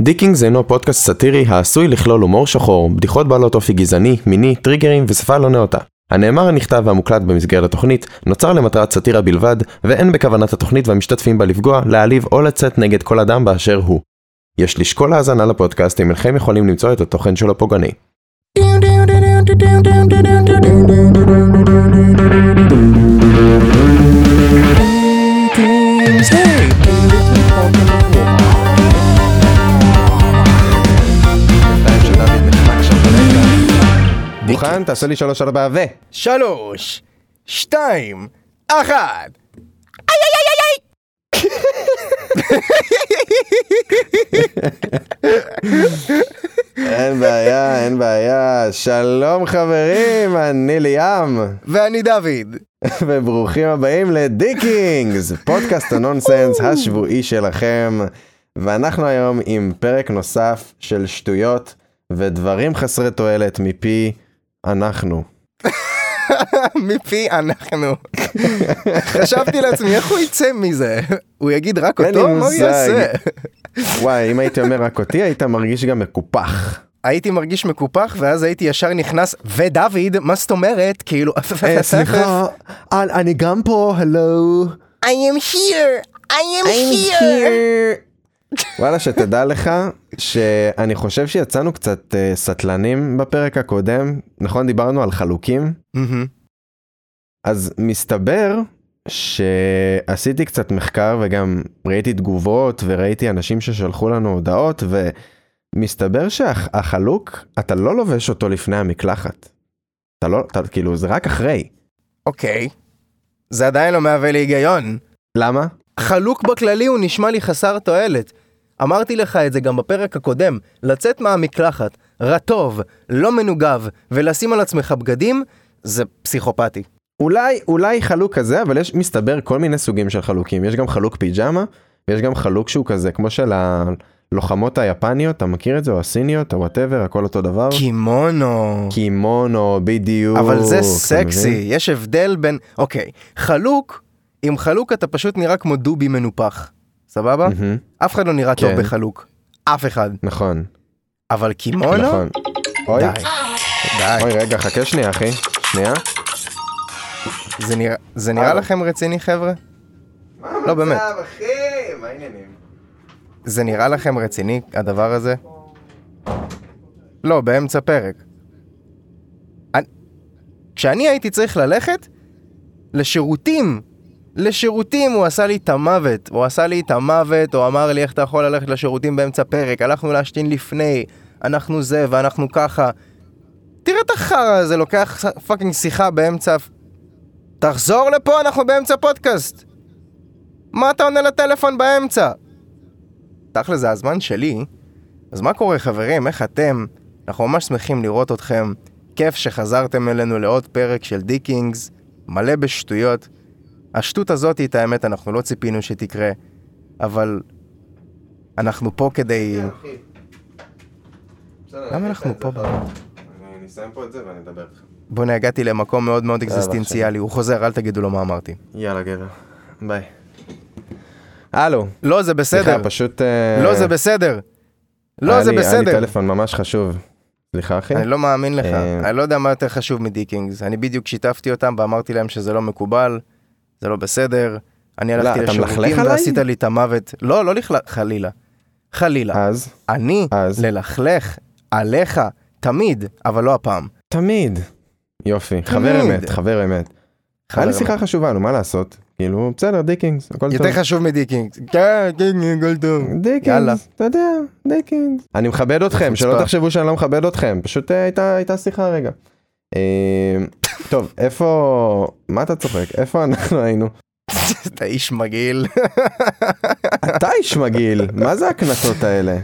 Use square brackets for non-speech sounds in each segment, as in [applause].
דיקינגס אינו פודקאסט סאטירי העשוי לכלול הומור שחור, בדיחות בעלות אופי גזעני, מיני, טריגרים ושפה לא נאותה. הנאמר הנכתב והמוקלט במסגרת התוכנית נוצר למטרת סאטירה בלבד, ואין בכוונת התוכנית והמשתתפים בה לפגוע, להעליב או לצאת נגד כל אדם באשר הוא. יש לשקול האזנה לפודקאסט אם אינכם יכולים למצוא את התוכן שלו פוגעני. מוכן? תעשה לי שלוש ארבע ו... שלוש, שתיים, אחת. אין בעיה, אין בעיה. שלום חברים, אני ליאם, ואני דוד. [laughs] וברוכים הבאים לדיקינגס, פודקאסט הנונסנס השבועי שלכם. ואנחנו היום עם פרק נוסף של שטויות ודברים חסרי תועלת מפי אנחנו. מפי אנחנו. [laughs] חשבתי לעצמי, איך הוא יצא מזה? הוא יגיד רק אין לי אותו? מה הוא מושג. יעשה? וואי, אם הייתי אומר רק אותי, היית מרגיש גם מקופח. הייתי מרגיש מקופח, ואז הייתי ישר נכנס, ודוד, מה זאת אומרת? כאילו, [laughs] אה, אני גם פה, הלו. I am here, I am וואלה, שתדע לך שאני חושב שיצאנו קצת אה, סטלנים בפרק הקודם, נכון? דיברנו על [laughs] חלוקים. מהמם. אז מסתבר שעשיתי קצת מחקר וגם ראיתי תגובות וראיתי אנשים ששלחו לנו הודעות ומסתבר שהחלוק אתה לא לובש אותו לפני המקלחת. אתה לא, אתה כאילו זה רק אחרי. אוקיי. זה עדיין לא מהווה לי היגיון. למה? חלוק בכללי הוא נשמע לי חסר תועלת. אמרתי לך את זה גם בפרק הקודם, לצאת מהמקלחת, רטוב, לא מנוגב, ולשים על עצמך בגדים, זה פסיכופתי. אולי אולי חלוק כזה אבל יש מסתבר כל מיני סוגים של חלוקים יש גם חלוק פיג'מה ויש גם חלוק שהוא כזה כמו של הלוחמות היפניות אתה מכיר את זה או הסיניות או וואטאבר הכל אותו דבר. קימונו. קימונו בדיוק. אבל זה אתה מבין? סקסי, יש הבדל בין... אוקיי, חלוק, עם חלוק אתה פשוט נראה כמו דובי מנופח, סבבה? מהמם, אף אחד לא נראה טוב כן. בחלוק, אף אחד. נכון. אבל קימונו? נכון. אוי, לא? די, די. אוי רגע חכה שנייה אחי. שנייה. זה נראה- זה נראה אה. לכם רציני חבר'ה? לא באמת. זה נראה לכם רציני, הדבר הזה? לא, באמצע פרק. אני- כשאני הייתי צריך ללכת לשירותים, לשירותים הוא עשה לי את המוות, הוא עשה לי את המוות, הוא אמר לי איך אתה יכול ללכת לשירותים באמצע פרק, הלכנו להשתין לפני, אנחנו זה ואנחנו ככה. תראה את החרא הזה, לוקח ס- פאקינג שיחה באמצע... תחזור לפה, אנחנו באמצע פודקאסט! מה אתה עונה לטלפון באמצע? תכל'ס זה הזמן שלי. אז מה קורה חברים, איך אתם? אנחנו ממש שמחים לראות אתכם. כיף שחזרתם אלינו לעוד פרק של דיקינגס, מלא בשטויות. השטות הזאת, את האמת, אנחנו לא ציפינו שתקרה, אבל אנחנו פה כדי... למה אנחנו פה? אני אסיים פה את זה ואני אדבר איתך. בוא'נה, הגעתי למקום מאוד מאוד אקזיסטנציאלי. הוא חוזר, אל תגידו לו מה אמרתי. יאללה גבר. ביי. הלו. לא, זה בסדר. סליחה פשוט. אה, לא, זה בסדר. לא, היה זה לי- היה לי בסדר. טלפון ממש חשוב. סליחה אחי. אני לא מאמין לך, אה. אני לא יודע מה יותר חשוב מדיקינגס. אני בדיוק שיתפתי אותם ואמרתי להם שזה לא מקובל, זה לא בסדר. אני לא, הלכתי אתה לשירותים מלכלך עליי? ועשית לי את המוות. לא, לא לכלך, חלילה. חלילה. אז. אני, אה, אז. ללכלך עליך, תמיד, אבל לא הפעם. תמיד. יופי. חבר תמיד. אמת. חבר אמת. חבר היה לי אמת. שיחה חשובה נו מה לעשות. כאילו בסדר דיקינגס. הכל טוב. יותר חשוב מדיקינגס. כן, דיקינגס, הכל טוב. [laughs] דיקינס, יאללה. אתה יודע, דיקינס. אני מכבד אתכם, שלא חוצפה. תחשבו שאני לא מכבד אתכם, פשוט אה, הייתה, הייתה שיחה רגע. אה, טוב, איפה, מה אתה צוחק? איפה אנחנו היינו? אתה איש מגעיל. אתה איש [laughs] מגעיל, מה זה הקנטות האלה?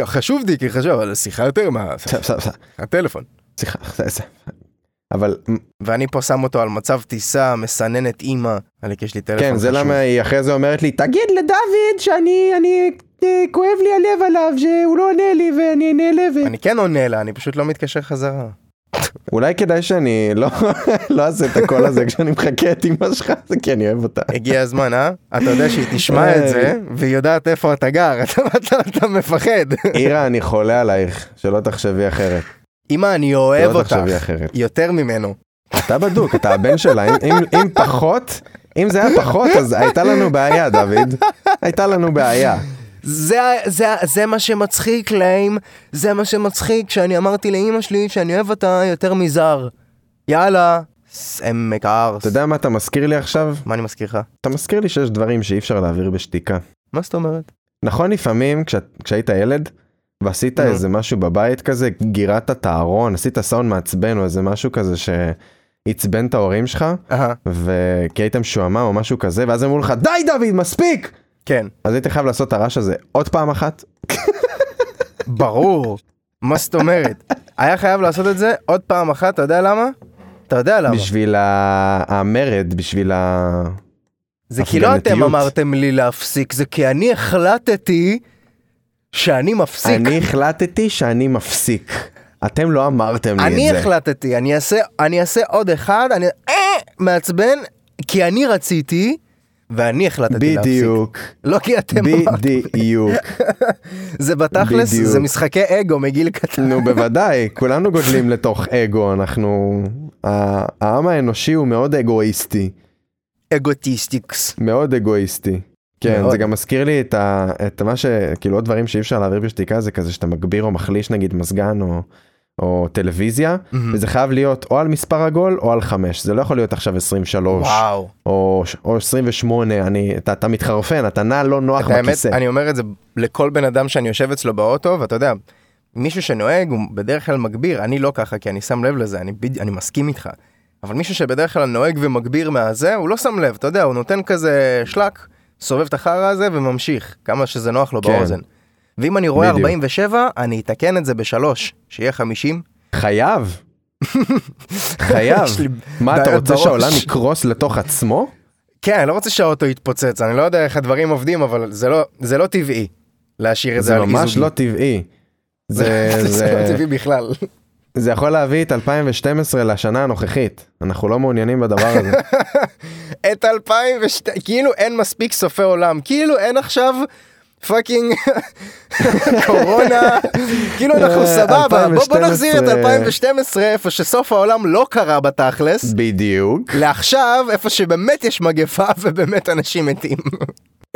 אה, חשוב דיקי, חשוב, אבל השיחה יותר מה... סע, סע, סע, הטלפון. סליחה, סע, סע. אבל מ- ואני פה שם אותו על מצב טיסה, מסננת אימא. עלק יש לי טלפון כן, זה חשוב. למה היא אחרי זה אומרת לי, תגיד לדוד שאני, אני, אה, כואב לי הלב עליו, שהוא לא עונה לי ואני נעלבת. אני כן עונה לה, אני פשוט לא מתקשר חזרה. אולי כדאי שאני לא [laughs] לא אעשה את הקול הזה כשאני מחכה את אמא שלך, זה כי אני אוהב אותה. הגיע הזמן, אה? אתה יודע שהיא תשמע את זה, והיא יודעת איפה אתה גר, אתה, אתה, אתה מפחד. אירה, אני חולה עלייך, שלא תחשבי אחרת. אמא, אני אוהב שלא אותך. לא תחשבי אחרת. יותר ממנו. אתה בדוק, אתה הבן שלה, אם- אם- אם פחות, אם זה היה פחות, אז הייתה לנו בעיה, דוד. הייתה לנו בעיה. זה, ה- זה, ה- זה מה שמצחיק להם, זה מה שמצחיק שאני אמרתי לאימא שלי שאני אוהב אותה יותר מזר. יאללה, סמק הארס. אתה יודע מה אתה מזכיר לי עכשיו? מה אני מזכיר לך? אתה מזכיר לי שיש דברים שאי אפשר להעביר בשתיקה. מה זאת אומרת? נכון לפעמים כש- כשהיית ילד ועשית נו. איזה משהו בבית כזה, גירדת את הארון, עשית סאונד מעצבן או איזה משהו כזה שעצבן את ההורים שלך, אהה, וכי היית משועמם או משהו כזה, ואז אמרו לך די דוד מספיק! כן. אז היית חייב לעשות את הרעש הזה עוד פעם אחת, ברור. מה זאת אומרת? היה חייב לעשות את זה עוד פעם אחת, אתה יודע למה? אתה יודע למה. בשביל ה- המרד, בשביל ה... זה כי לא אתם הפגנתיות. אמרתם לי להפסיק, זה כי אני החלטתי שאני מפסיק. אני החלטתי שאני מפסיק. אתם לא אמרתם לי את זה. אני החלטתי, אני אעשה, אני אעשה עוד אחד, אני אה, מעצבן, כי אני רציתי, ואני החלטתי להפסיק. בדיוק, לא כי אתם אמרתם, בדיוק. זה בתכלס, בדיוק. זה משחקי אגו מגיל קטן. נו בוודאי, כולנו גודלים לתוך אגו, אנחנו... ה- העם האנושי הוא מאוד אגואיסטי, אגוטיסטיקס. מאוד אגואיסטי. כן, מאוד. זה גם מזכיר לי את, ה, את מה ש... כאילו עוד דברים שאי אפשר להעביר בשתיקה זה כזה שאתה מגביר או מחליש נגיד מזגן או, או טלוויזיה, וזה חייב להיות או על מספר עגול או על חמש, זה לא יכול להיות עכשיו 23 וואו. או, או 28, אני, אתה, אתה מתחרפן, אתה נע לא נוח את האמת, בכיסא. אני אומר את זה לכל בן אדם שאני יושב אצלו באוטו, ואתה יודע, מישהו שנוהג הוא בדרך כלל מגביר, אני לא ככה, כי אני שם לב לזה, אני, בד... אני מסכים איתך. אבל מישהו שבדרך כלל נוהג ומגביר מהזה, הוא לא שם לב, אתה יודע, הוא נותן כזה שלק, סובב את החרא הזה וממשיך, כמה שזה נוח לו כן. באוזן. ואם אני רואה בדיוק. 47, אני אתקן את זה בשלוש, שיהיה 50. [laughs] חייב. חייב. יש לי מה אתה בעיות רוצה בראש. שהעולם יקרוס לתוך עצמו? כן, אני לא רוצה שהאוטו יתפוצץ, אני לא יודע איך הדברים עובדים, אבל זה לא, זה לא טבעי להשאיר את זה, זה על ממש איזוגי. לא טבעי. זה, [laughs] זה לא זה, טבעי בכלל. זה יכול להביא את 2012 לשנה הנוכחית, אנחנו לא מעוניינים בדבר הזה. את 2002, כאילו אין מספיק סופי עולם, כאילו אין עכשיו [laughs] פאקינג קורונה, כאילו אנחנו סבבה, בוא- בוא נחזיר את 2012. 2012 איפה שסוף העולם לא קרה בתכלס, בדיוק. לעכשיו איפה שבאמת יש מגפה [laughs] ובאמת אנשים מתים.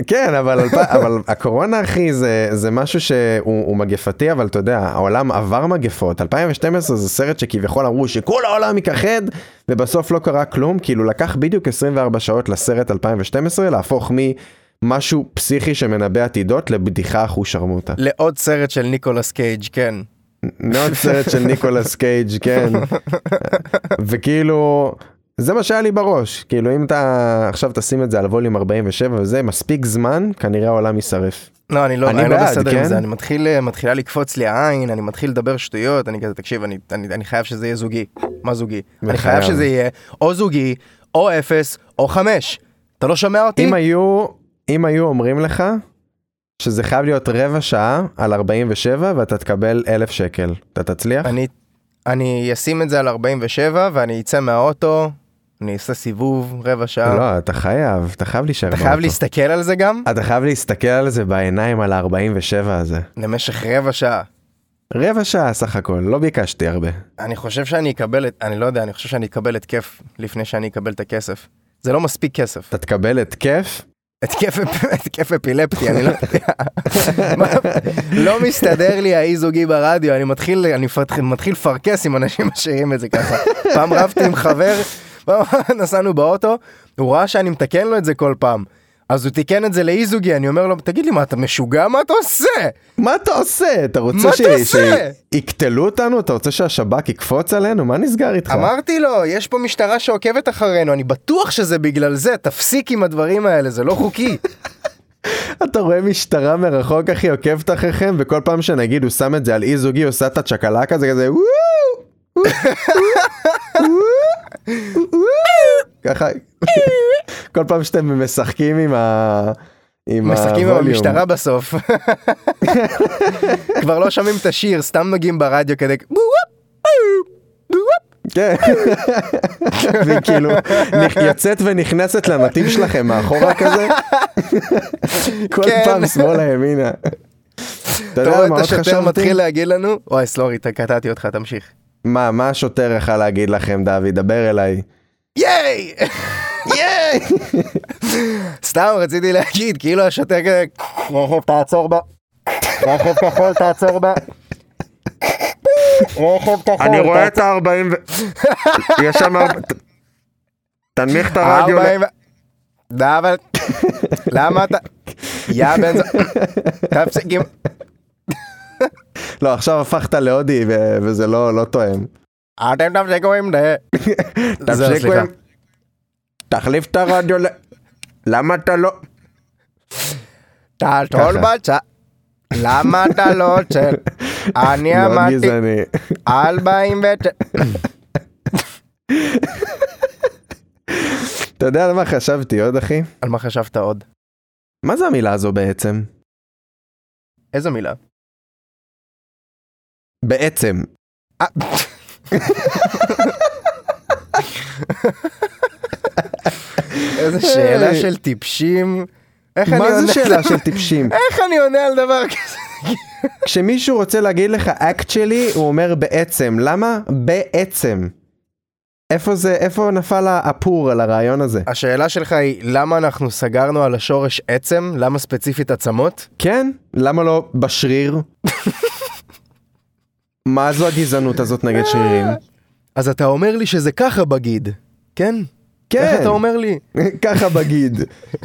כן, אבל, אלפ- [laughs] אבל הקורונה, אחי, זה, זה משהו שהוא הוא מגפתי, אבל אתה יודע, העולם עבר מגפות. 2012 זה סרט שכביכול אמרו שכל העולם ייכחד, ובסוף לא קרה כלום, כאילו לקח בדיוק 24 שעות לסרט 2012 להפוך ממשהו פסיכי שמנבא עתידות לבדיחה אחושרמוטה. לעוד סרט של ניקולס קייג', כן. [laughs] מאוד סרט של ניקולס קייג' כן וכאילו זה מה שהיה לי בראש כאילו אם אתה עכשיו תשים את זה על ווליום 47 וזה מספיק זמן כנראה העולם יישרף. לא, אני לא, אני אני לא בעד, בסדר עם כן? זה, אני מתחיל, אה, מתחילה לקפוץ לי העין, אני מתחיל לדבר שטויות, אני כזה, תקשיב, אני, אני, אני חייב שזה יהיה זוגי. מה זוגי? אני וחייב. חייב שזה יהיה או זוגי, או אפס, או חמש. אתה לא שומע אותי? אם היו אם היו אומרים לך שזה חייב להיות רבע שעה על 47 ואתה תקבל אלף שקל אתה תצליח אני, אני אשים את זה על 47, ואני אצא מהאוטו, אני אעשה סיבוב רבע שעה. לא אתה חייב אתה חייב להישאר אתה חייב באוטו. להסתכל על זה גם אתה חייב להסתכל על זה בעיניים על ה-47 הזה למשך רבע שעה. רבע שעה סך הכל לא ביקשתי הרבה. אני חושב שאני אקבל את, אני לא יודע, אני חושב שאני אקבל התקף לפני שאני אקבל את הכסף. זה לא מספיק כסף. אתה תקבל התקף התקף אפ- [laughs] התקף אפילפטי, אני לא יודע. מה- לא מסתדר לי האי זוגי ברדיו, אני מתחיל אני מפתח- מתחיל לפרכס עם אנשים [laughs] משאירים את זה ככה. פעם רבתי עם חבר, פעם [laughs] נסענו באוטו, הוא ראה שאני מתקן לו את זה כל פעם. אז הוא תיקן את זה לאי זוגי, אני אומר לו, תגיד לי, מה, אתה משוגע? מה אתה עושה? מה אתה עושה? אתה רוצה מה ש... אתה עושה? שיקטלו אותנו? אתה רוצה שהשב"כ יקפוץ עלינו? מה נסגר איתך? אמרתי לו, יש פה משטרה שעוקבת אחרינו, אני בטוח שזה בגלל זה, תפסיק עם הדברים האלה, זה לא חוקי. אתה רואה משטרה מרחוק אחי עוקבת אחריכם וכל פעם שנגיד הוא שם את זה על אי זוגי עושה את הצ'קלקה זה כזה וואו וואו, וואו, וואו." ככה [laughs] כל פעם שאתם משחקים עם ה... עם משחקים עם הווליום. המשטרה בסוף. [laughs] כבר לא שומעים את השיר, סתם נוגעים ברדיו כדי... בוואפ, בוואפ, כן. והיא כאילו נכ- יוצאת ונכנסת למטים שלכם מאחורה כזה. כל כן. פעם שמאלה ימינה. אתה אתה יודע רואה מה את עוד השוטר חשבתי? מתחיל להגיד לנו? אוי, סלורי, ת- קטעתי אותך, תמשיך. מה, מה השוטר יכל להגיד לכם, דוד? דבר אליי. ייי! [laughs] ייי! סתם רציתי להגיד, כאילו השוטר כזה, רכב תעצור בה. רכב כחול תעצור בה. רכב כחול. אה, תעצור- ה-40 יש שם... תנמיך את ארבעים ו- די, אבל... למה אתה... יא בן [laughs] ז... תפסיק עם... לא, עכשיו הפכת להודי ו- וזה לא לא תואם. אתם תפסיקו עם זה. זהו, תפסיקו סליחה. עם... תחליף את הרדיו ל... למה אתה לא... תעצור ככה. בצד. למה אתה לא עוצר? [laughs] אני מאוד אמרתי גזעני. ארבעים ו... אתה יודע על מה חשבתי עוד, אחי? על מה חשבת עוד? מה זה המילה הזו בעצם? איזה מילה? בעצם. אה. איזה שאלה של טיפשים. איך אני מה עונה- זה שאלה של [laughs] טיפשים? [laughs] איך אני עונה על דבר כזה? כשמישהו רוצה להגיד לך actually, הוא אומר בעצם. למה? בעצם. איפה זה, איפה נפל האפור על הרעיון הזה? השאלה שלך היא, למה אנחנו סגרנו על השורש עצם? למה ספציפית עצמות? כן? למה לא [laughs] בשריר? מה זו הגזענות הזאת נגד שרירים? אז אתה אומר לי שזה ככה בגיד. כן? [laughs] כן. איך אתה אומר לי? [laughs] ככה בגיד.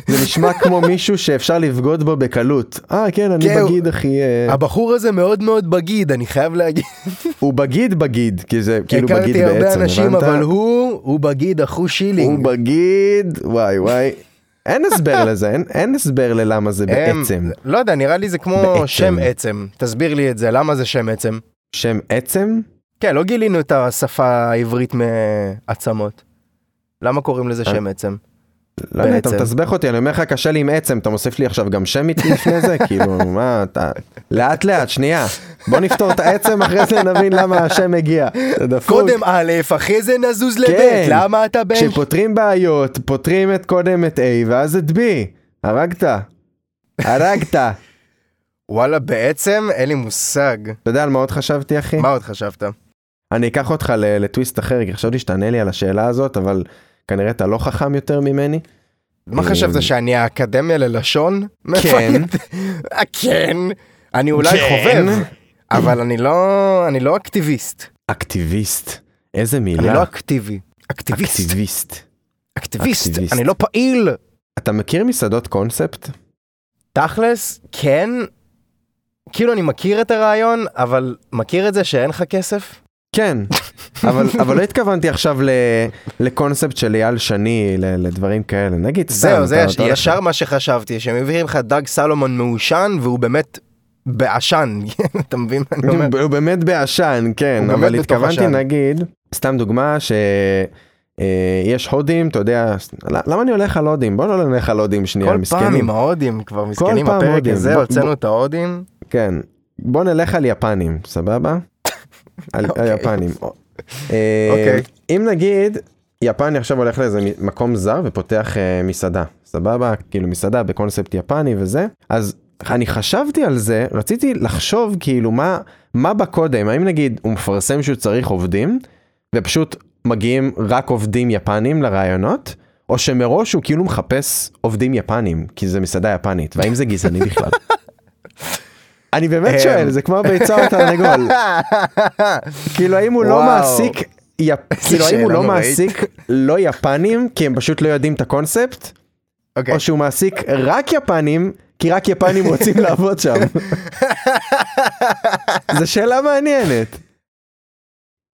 זה נשמע כמו מישהו שאפשר לבגוד בו בקלות. אה, כן, אני כן, הוא- בגיד, אחי. אה, הבחור הזה מאוד מאוד בגיד, אני חייב להגיד. הוא בגיד בגיד, כי זה כאילו בגיד בעצם, הכרתי הרבה אנשים, הבנת? אבל הוא, הוא בגיד אחו הוא שילינג. בגיד, וואי וואי. אין [laughs] הסבר לזה, אין, אין הסבר ללמה זה הם- בעצם. לא יודע, נראה לי זה כמו בעצם. שם עצם. תסביר לי את זה, למה זה שם עצם? שם עצם? כן, לא גילינו את השפה העברית מעצמות. למה קוראים לזה אה. שם עצם? לא יודע, אתה בעצם. מתסבך אותי, אני אומר לך, קשה לי עם עצם, אתה מוסיף לי עכשיו גם שם איתי לפני זה? [laughs] כאילו, מה, אתה... לאט לאט, שנייה. בוא נפתור את העצם, אחרי זה נבין למה השם הגיע. זה דפוק. קודם א', אחרי זה נזוז כן. לב', למה אתה ב'? כשפותרים בעיות, פותרים את קודם את A ואז את B. הרגת. הרגת. אתה וואלה, בעצם אין לי [laughs] מושג. יודע על מה עוד חשבתי, אחי? מה עוד חשבת? אני אקח אותך ל- לטוויסט אחר, כי חשבתי שתענה לי על השאלה הזאת, אבל כנראה אתה לא חכם יותר ממני. מה אה, חשבת, שאני האקדמיה ללשון? מאיפה כן. אני- אה, כן. אני אולי כן. חובב, אבל אני לא אני לא אקטיביסט. אקטיביסט. איזה אני מילה. לא אקטיבי. אקטיביסט. אקטיביסט. אקטיביסט. אקטיביסט. אני לא פעיל. אתה מכיר מסעדות קונספט? תכלס, כן, כאילו אני מכיר את הרעיון, אבל מכיר את זה שאין לך כסף? כן. אבל, אבל לא התכוונתי עכשיו ל, לקונספט של אייל שני, ל, לדברים כאלה. נגיד סתם. זהו, זה אתה- יש- אתה הולך- ישר מה שחשבתי, שמביאים לך דג סלומון מעושן, והוא באמת בעשן, [laughs] אתה מבין מה אני [laughs] אומר? הוא באמת בעשן, כן, הוא אבל באמת בתוך התכוונתי עשן. נגיד, סתם דוגמה ש... אה, יש הודים, אתה יודע, ס- למה אני הולך על הודים? בוא לא נלך על הודים שנייה, כל פעם מסכנים. עם ההודים, כבר מסכנים, פעם הפרק הודים. הזה בוא- הוצאנו את ההודים. [laughs] כן. בוא נלך על יפנים, סבבה? על על אוקיי. יפנים. אה, אוקיי. אם נגיד, יפני עכשיו הולך לאיזה מ- מקום זר ופותח אה, מסעדה, סבבה? כאילו מסעדה בקונספט יפני וזה, אז אני חשבתי על זה, רציתי לחשוב כאילו מה, מה בא קודם, האם נגיד הוא מפרסם שהוא צריך עובדים, ופשוט מגיעים רק עובדים יפנים לרעיונות, או שמראש הוא כאילו מחפש עובדים יפנים, כי זה מסעדה יפנית, והאם זה גזעני [laughs] בכלל? אני אמ, באמת שואל, זה כמו [laughs] הביצה והתרנגול. כאילו האם הוא לא וואו. מעסיק, יפ... [laughs] כאילו האם הוא שאלה לא נוראית. מעסיק לא יפנים כי הם פשוט לא יודעים את הקונספט, אוקיי, או שהוא מעסיק רק יפנים כי רק [laughs] יפנים רוצים לעבוד שם. זו שאלה מעניינת.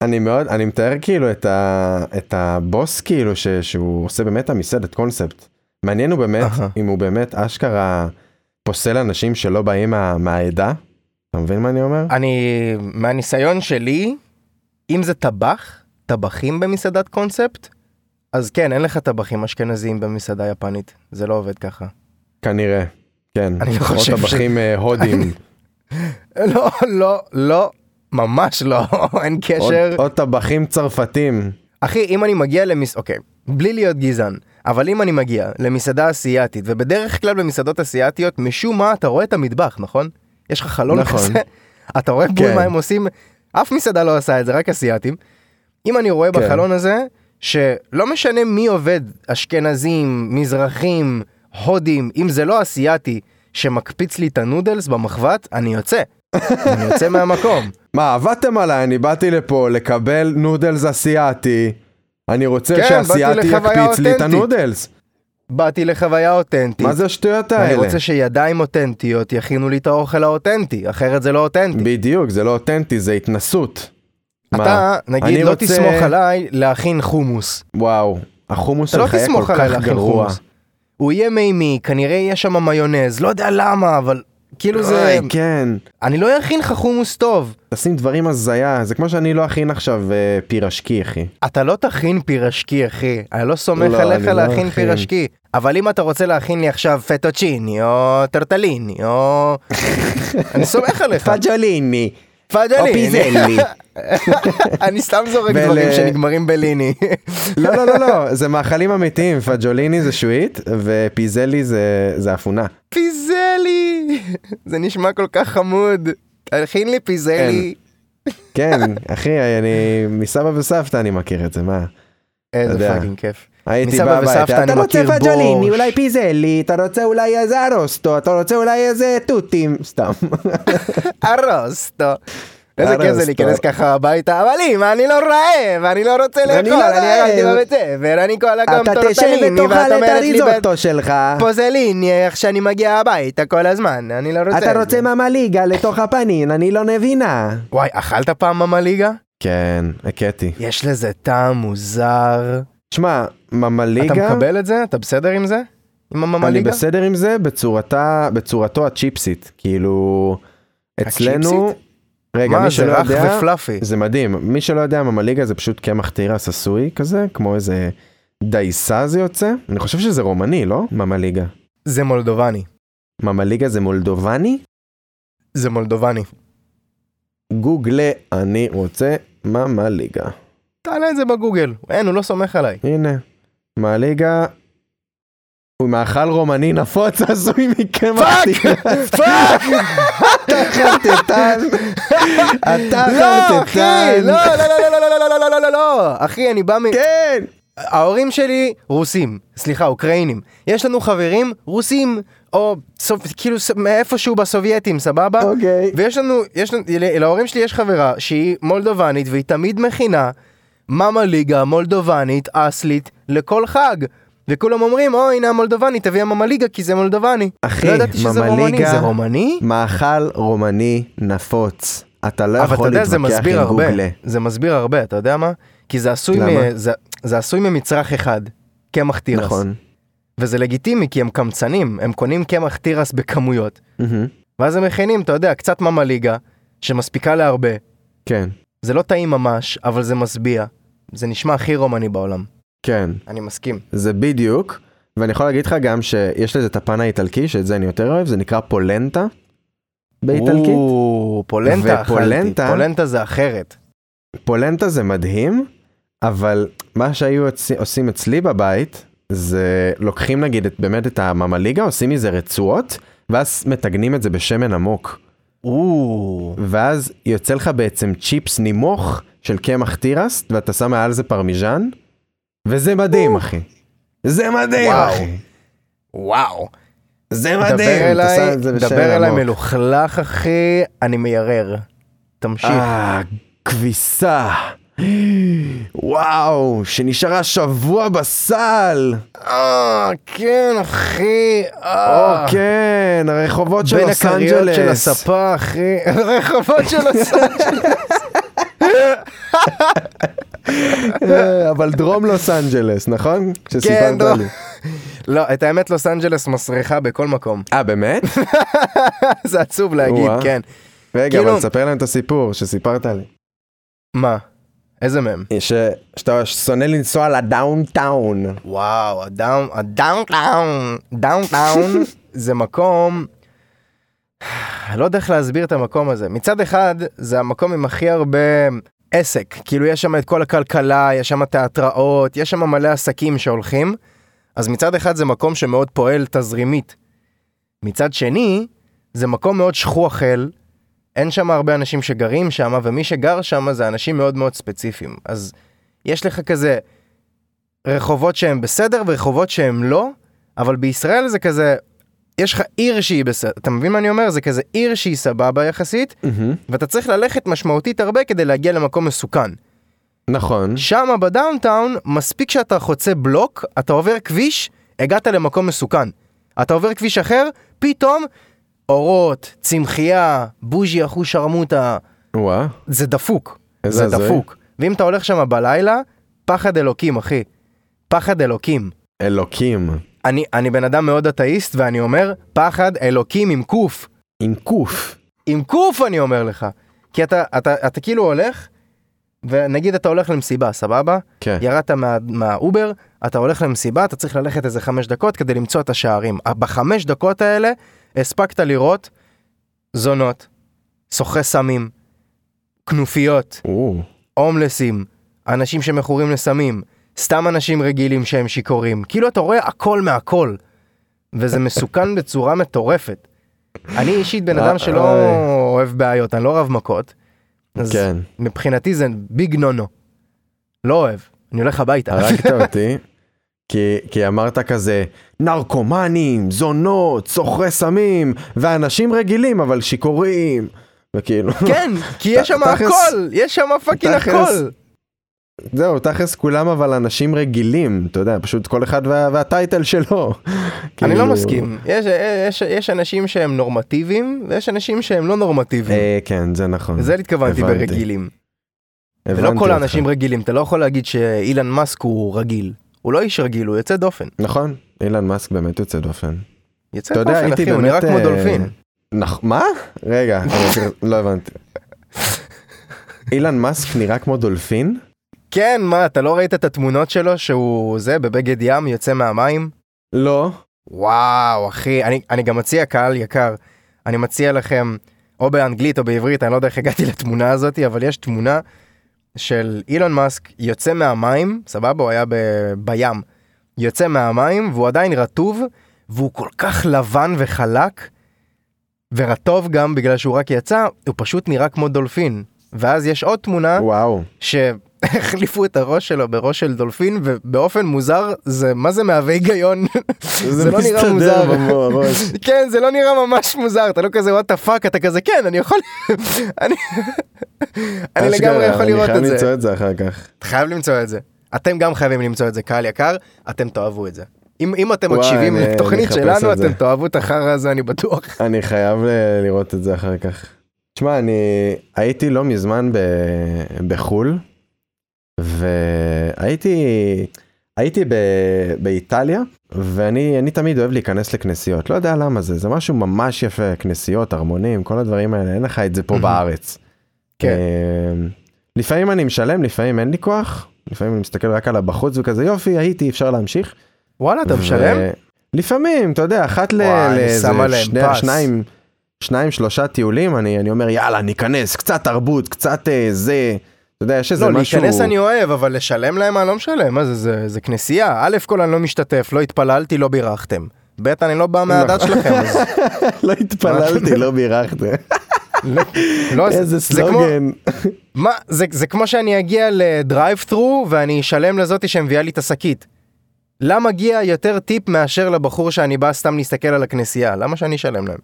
אני מאוד, אני מתאר כאילו את, ה, את הבוס כאילו ש, שהוא עושה באמת את המסעדת קונספט. מעניין הוא באמת, אהה. אם הוא באמת אשכרה פוסל אנשים שלא באים מה, מהעדה. אתה מבין מה אני אומר? אני, מהניסיון שלי, אם זה טבח, טבחים במסעדת קונספט, אז כן, אין לך טבחים אשכנזיים במסעדה יפנית, זה לא עובד ככה. כנראה, כן. [laughs] אני לא חושב או ש- [laughs] טבחים אה, הודים. לא, לא, לא, ממש לא, [laughs] אין עוד- קשר. עוד טבחים צרפתים. אחי, אם אני מגיע למס... אוקיי, בלי להיות גזען, אבל אם אני מגיע למסעדה אסיאתית, ובדרך כלל במסעדות אסיאתיות, משום מה אתה רואה את המטבח, נכון? יש לך חלון נכון. כזה, [laughs] אתה רואה בול כן. מה הם עושים, אף מסעדה לא עשה את זה, רק אסיאתים. אם אני רואה כן. בחלון הזה, שלא משנה מי עובד, אשכנזים, מזרחים, הודים, אם זה לא אסיאתי, שמקפיץ לי את הנודלס במחבת, אני [laughs] יוצא. אני יוצא מהמקום. מה, עבדתם עליי, אני באתי לפה לקבל נודלס אסיאתי. אני רוצה כן, שהאסיאתי באתי לחוויה יקפיץ לי את אותנטית. הנודלס. באתי לחוויה אותנטית. מה זה השטויות אני האלה? רוצה שידיים אותנטיות יכינו לי את האוכל האותנטי, אחרת זה לא אותנטי. בדיוק, זה לא אותנטי, זה התנסות. מה? אתה, אני נגיד, לא רוצה- תסמוך עליי להכין חומוס. וואו, החומוס אתה לא שלך היה תסמוך כל עליי כך להכין גרוע. חומוס. הוא יהיה מימי, כנראה יהיה שם מיונז, לא יודע למה, אבל כאילו זה... אוי, כן. אני לא אכין לך חומוס טוב. תשים דברים הזיה, זה כמו שאני לא אכין עכשיו אה, פירשקי, אחי. אתה לא תכין פירשקי, אחי. אני לא סומך לא, עליך אני לא להכין אכין. פירשקי. אבל אם אתה רוצה להכין לי עכשיו פטוצ'יני, או טרטליני, או... [laughs] אני סומך עליך. פג'ליני. פאג'לי. או פיזלי. [laughs] אני סתם זורק ול- דברים שנגמרים בליני. [laughs] [laughs] לא, לא, לא, לא, זה מאכלים אמיתיים, פג'וליני זה שועית, ופיזלי זה זה אפונה. פיזלי! זה נשמע כל כך חמוד. תכין לי פיזלי. כן, אחי, אני מסבא וסבתא אני מכיר את זה, מה? איזה יודע. פאקינג כיף. הייתי מסבא בא הביתה, וסבתא אתה אני רוצה מכיר פג'וליני, בורש." אולי פיזלי, אתה רוצה אולי איזה ארוסטו, אתה רוצה אולי איזה תותים, [laughs] סתם. ארוסטו. איזה כיף ארוסטו. זה להיכנס ככה הביתה, אבל אמא, אני לא רעב, אני לא רוצה אני לאכול, לא אני ירדתי רעב. בבית ספר, אני כל היום אתה תשב טורטליני, ואת ותאכל את אומרת לי הריזוטו שלך. פוזליני, איך שאני מגיע הביתה כל הזמן, אני לא רוצה. אתה את זה." רוצה ממליגה לתוך הפנים, אני לא מבינה. וואי, אכלת פעם ממליגה? כן, הכיתי. יש לזה טעם מוזר. שמע, ממליגה... אתה מקבל את זה? אתה בסדר עם זה? עם אני הממליגה? בסדר עם זה בצורתה, בצורתו הצ'יפסית. כאילו, אצלנו... הצ'יפסית? רגע, מה, זה מי שלא רך יודע, ופלאפי. זה מדהים. מי שלא יודע, ממליגה זה פשוט קמח תירס עשוי כזה, כמו איזה דייסה זה יוצא. אני חושב שזה רומני, לא? ממליגה. זה מולדובני. ממליגה [laughs] זה מולדובני? זה מולדובני. גוגלה, אני רוצה ממליגה. תעלה את זה בגוגל. אין, הוא לא סומך עליי. הנה, מהליגה. הוא מאכל רומני נפוץ [laughs] עשוי מקמח [laughs] תירס. פאק! חרטטן. [laughs] אתה לא, אחי! לא, לא, לא, לא, לא, לא, לא, לא, לא, לא, לא, לא. אחי, אני בא מ... כן. ההורים שלי רוסים. סליחה, אוקראינים. יש לנו חברים רוסים, או סוב- כאילו ס- מאיפשהו בסובייטים, סבבה? אוקיי. ויש לנו, יש לנו, ל- להורים שלי יש חברה שהיא מולדובנית והיא תמיד מכינה מאמה ליגה מולדובנית אסלית לכל חג. וכולם אומרים, או הנה המולדובנית, תביא המאמה ליגה כי זה מולדובני. אחי, לא ידעתי שזה מאמה רומני. ליגה- זה רומני? מאכל רומני נפוץ. אתה לא אבל אתה יכול יודע, זה להתווכח מסביר עם הרבה. גוגלה. זה מסביר הרבה, אתה יודע מה? כי זה עשוי, למה? מ... זה... זה עשוי ממצרך אחד, קמח תירס. נכון. וזה לגיטימי כי הם קמצנים, הם קונים קמח תירס בכמויות. מהמם. ואז הם מכינים, אתה יודע, קצת מאמה ליגה, שמספיקה להרבה. כן, זה לא טעים ממש, אבל זה משביע. זה נשמע הכי רומני בעולם. כן. אני מסכים. זה בדיוק. ואני יכול להגיד לך גם שיש לזה את הפן האיטלקי, שאת זה אני יותר אוהב, זה נקרא פולנטה. באיטלקית. או, פולנטה אכלתי. ופולנטה- פולנטה זה אחרת. פולנטה זה מדהים, אבל מה שהיו עצ- עושים אצלי בבית, זה לוקחים נגיד את, באמת את הממליגה, עושים מזה רצועות, ואז מתגנים את זה בשמן עמוק. או, ואז יוצא לך בעצם צ'יפס נימוך של קמח תירס, ואתה שם מעל זה פרמיז'ן, וזה מדהים, אחי. זה מדהים, וואו. אחי. וואו. זה דבר מדהים, אתה אליי, שם את זה דבר בשמן אליי עמוק. מלוכלך אחי, אני מיירר. תמשיך. אה, כביסה. וואו, שנשארה שבוע בסל. אה, כן אחי. אה. או אוקיי, כן, הרחובות של בין לוס הכריות של אנג'לס. הספה אחי. [laughs] הרחובות של לוס אנג'לס. [laughs] אה, אבל דרום לוס אנג'לס, נכון? שסיפרת דרום. לי. [laughs] לא, את האמת לוס אנג'לס מסריחה בכל מקום. אה, באמת? [laughs] זה עצוב להגיד, או-אה. כן. רגע, כאילו- אבל תספר להם את הסיפור שסיפרת לי. מה? איזה מהם? ש- שאתה שונא לנסוע לדאונטאון. וואו, הדאונטאון, דאונטאון זה מקום [sighs] לא יודע איך להסביר את המקום הזה. מצד אחד, זה המקום עם הכי הרבה עסק. כאילו, יש שם את כל הכלכלה, יש שם תיאטראות, יש שם מלא עסקים שהולכים. אז מצד אחד זה מקום שמאוד פועל תזרימית. מצד שני, זה מקום מאוד שכוח אל, אין שם הרבה אנשים שגרים שם, ומי שגר שם זה אנשים מאוד מאוד ספציפיים. אז יש לך כזה רחובות שהם בסדר ורחובות שהם לא, אבל בישראל זה כזה, יש לך עיר שהיא בסדר, אתה מבין מה אני אומר? זה כזה עיר שהיא סבבה יחסית, ואתה צריך ללכת משמעותית הרבה כדי להגיע למקום מסוכן. נכון. שם בדאונטאון, מספיק שאתה חוצה בלוק, אתה עובר כביש, הגעת למקום מסוכן. אתה עובר כביש אחר, פתאום אורות, צמחייה, בוז'י אחו שרמוטה, וואה. זה דפוק. איזה זה הזוי. דפוק. ואם אתה הולך שם בלילה, פחד אלוקים, אחי. פחד אלוקים. אלוקים. אני, אני בן אדם מאוד אתאיסט, ואני אומר, פחד אלוקים עם קוף. עם קוף. עם קוף אני אומר לך. כי אתה, אתה, אתה כאילו הולך, ונגיד אתה הולך למסיבה, סבבה? כן. ירדת מה, מהאובר, אתה הולך למסיבה, אתה צריך ללכת איזה חמש דקות כדי למצוא את השערים. בחמש דקות האלה הספקת לראות זונות, סוחרי סמים, כנופיות, או. הומלסים, אנשים שמכורים לסמים, סתם אנשים רגילים שהם שיכורים. כאילו אתה רואה הכל מהכל, וזה מסוכן [laughs] בצורה מטורפת. אני אישית בן אדם שלא אוי. אוהב בעיות, אני לא רב מכות. אז אה, כן. מבחינתי זה ביג נו נו. לא אוהב, אני הולך הביתה. הרגת אותי. כי, כי אמרת כזה נרקומנים, זונות, סוחרי סמים, ואנשים רגילים אבל שיכורים. וכאילו, [laughs] כן, כי יש שם תכלס- הכל, יש שם פאקינג תכלס- הכל. זהו, תכלס כולם אבל אנשים רגילים, אתה יודע, פשוט כל אחד וה, והטייטל [laughs] שלו. אני כאילו, לא מסכים, יש- יש- יש אנשים שהם נורמטיביים, ויש אנשים שהם לא נורמטיביים. אה, כן, זה נכון. זה התכוונתי הבנתי. ברגילים. ולא הבנתי כל אותך. האנשים רגילים, אתה לא יכול להגיד שאילן מאסק הוא רגיל. הוא לא איש רגיל, הוא יוצא דופן. נכון, אילן מאסק באמת יוצא דופן. יוצא אתה יודע, דופן, הייתי אחי, הוא באמת... נראה כמו אה, דולפין. נכ- מה? [laughs] רגע, אני צריך- לא הבנתי. אילן מאסק נראה כמו דולפין? כן, מה, אתה לא ראית את התמונות שלו שהוא זה, בבגד ים, יוצא מהמים? לא. וואו, אחי, אני, אני גם מציע, קהל יקר, אני מציע לכם, או באנגלית או בעברית, אני לא יודע איך הגעתי לתמונה הזאת, אבל יש תמונה של אילון מאסק יוצא מהמים, סבבה, הוא היה ב, בים, יוצא מהמים, והוא עדיין רטוב, והוא כל כך לבן וחלק, ורטוב גם בגלל שהוא רק יצא, הוא פשוט נראה כמו דולפין. ואז יש עוד תמונה וואו. שהחליפו את הראש שלו בראש של דולפין, ובאופן מוזר, זה, מה זה מהווה היגיון? זה לא נראה מסתדר מוזר. במוח. כן, זה לא נראה ממש מוזר, אתה לא כזה וואט דה פאק, אתה כזה כן, אני יכול... [laughs] אני אני אשכרה, לגמרי יכול לראות אני את חייב זה. למצוא את זה אחר כך. אתה חייב למצוא את זה. אתם גם חייבים למצוא את זה, קהל יקר, אתם תאהבו את זה. אם אם אתם וואי, מקשיבים אני- אני לתוכנית אחפש שלנו, את זה. אתם תאהבו את החרא הזה, אני [laughs] בטוח. אני חייב ל- לראות את זה אחר כך. תשמע, אני הייתי לא מזמן ב... בחו"ל, והייתי הייתי ב... באיטליה, ואני אני תמיד אוהב להיכנס לכנסיות. לא יודע למה זה, זה משהו ממש יפה, כנסיות, ארמונים, כל הדברים האלה, אין לך את זה פה מהמם. בארץ. כן. אה, לפעמים אני משלם, לפעמים אין לי כוח, לפעמים אני מסתכל רק עליו בחוץ וכזה יופי, הייתי, אפשר להמשיך. וואלה, אתה ו- משלם? לפעמים, אתה יודע, אחת ל... וואי, אני לאיזה שם עליהם שני- פס. שניים, שניים, שלושה טיולים, אני, אני אומר, יאללה, ניכנס, קצת תרבות, קצת אה, זה, אתה יודע, יש איזה לא, משהו... להיכנס אני אוהב, אבל לשלם להם אני לא משלם, מה זה, זה, זה כנסייה. א' כל אני לא משתתף, לא התפללתי, לא בירכתם. ב' אני לא בא מהדת שלכם, אז [laughs] [laughs] לא התפללתי, לא [laughs] בירכת. לא, לא, זה- איזה זה כמו- סלוגן. מה, זה, זה כמו שאני אגיע לדרייב-ת'רו ואני אשלם לזאתי שמביאה לי את השקית. לה מגיע יותר טיפ מאשר לבחור שאני בא סתם להסתכל על הכנסייה, למה שאני אשלם להם?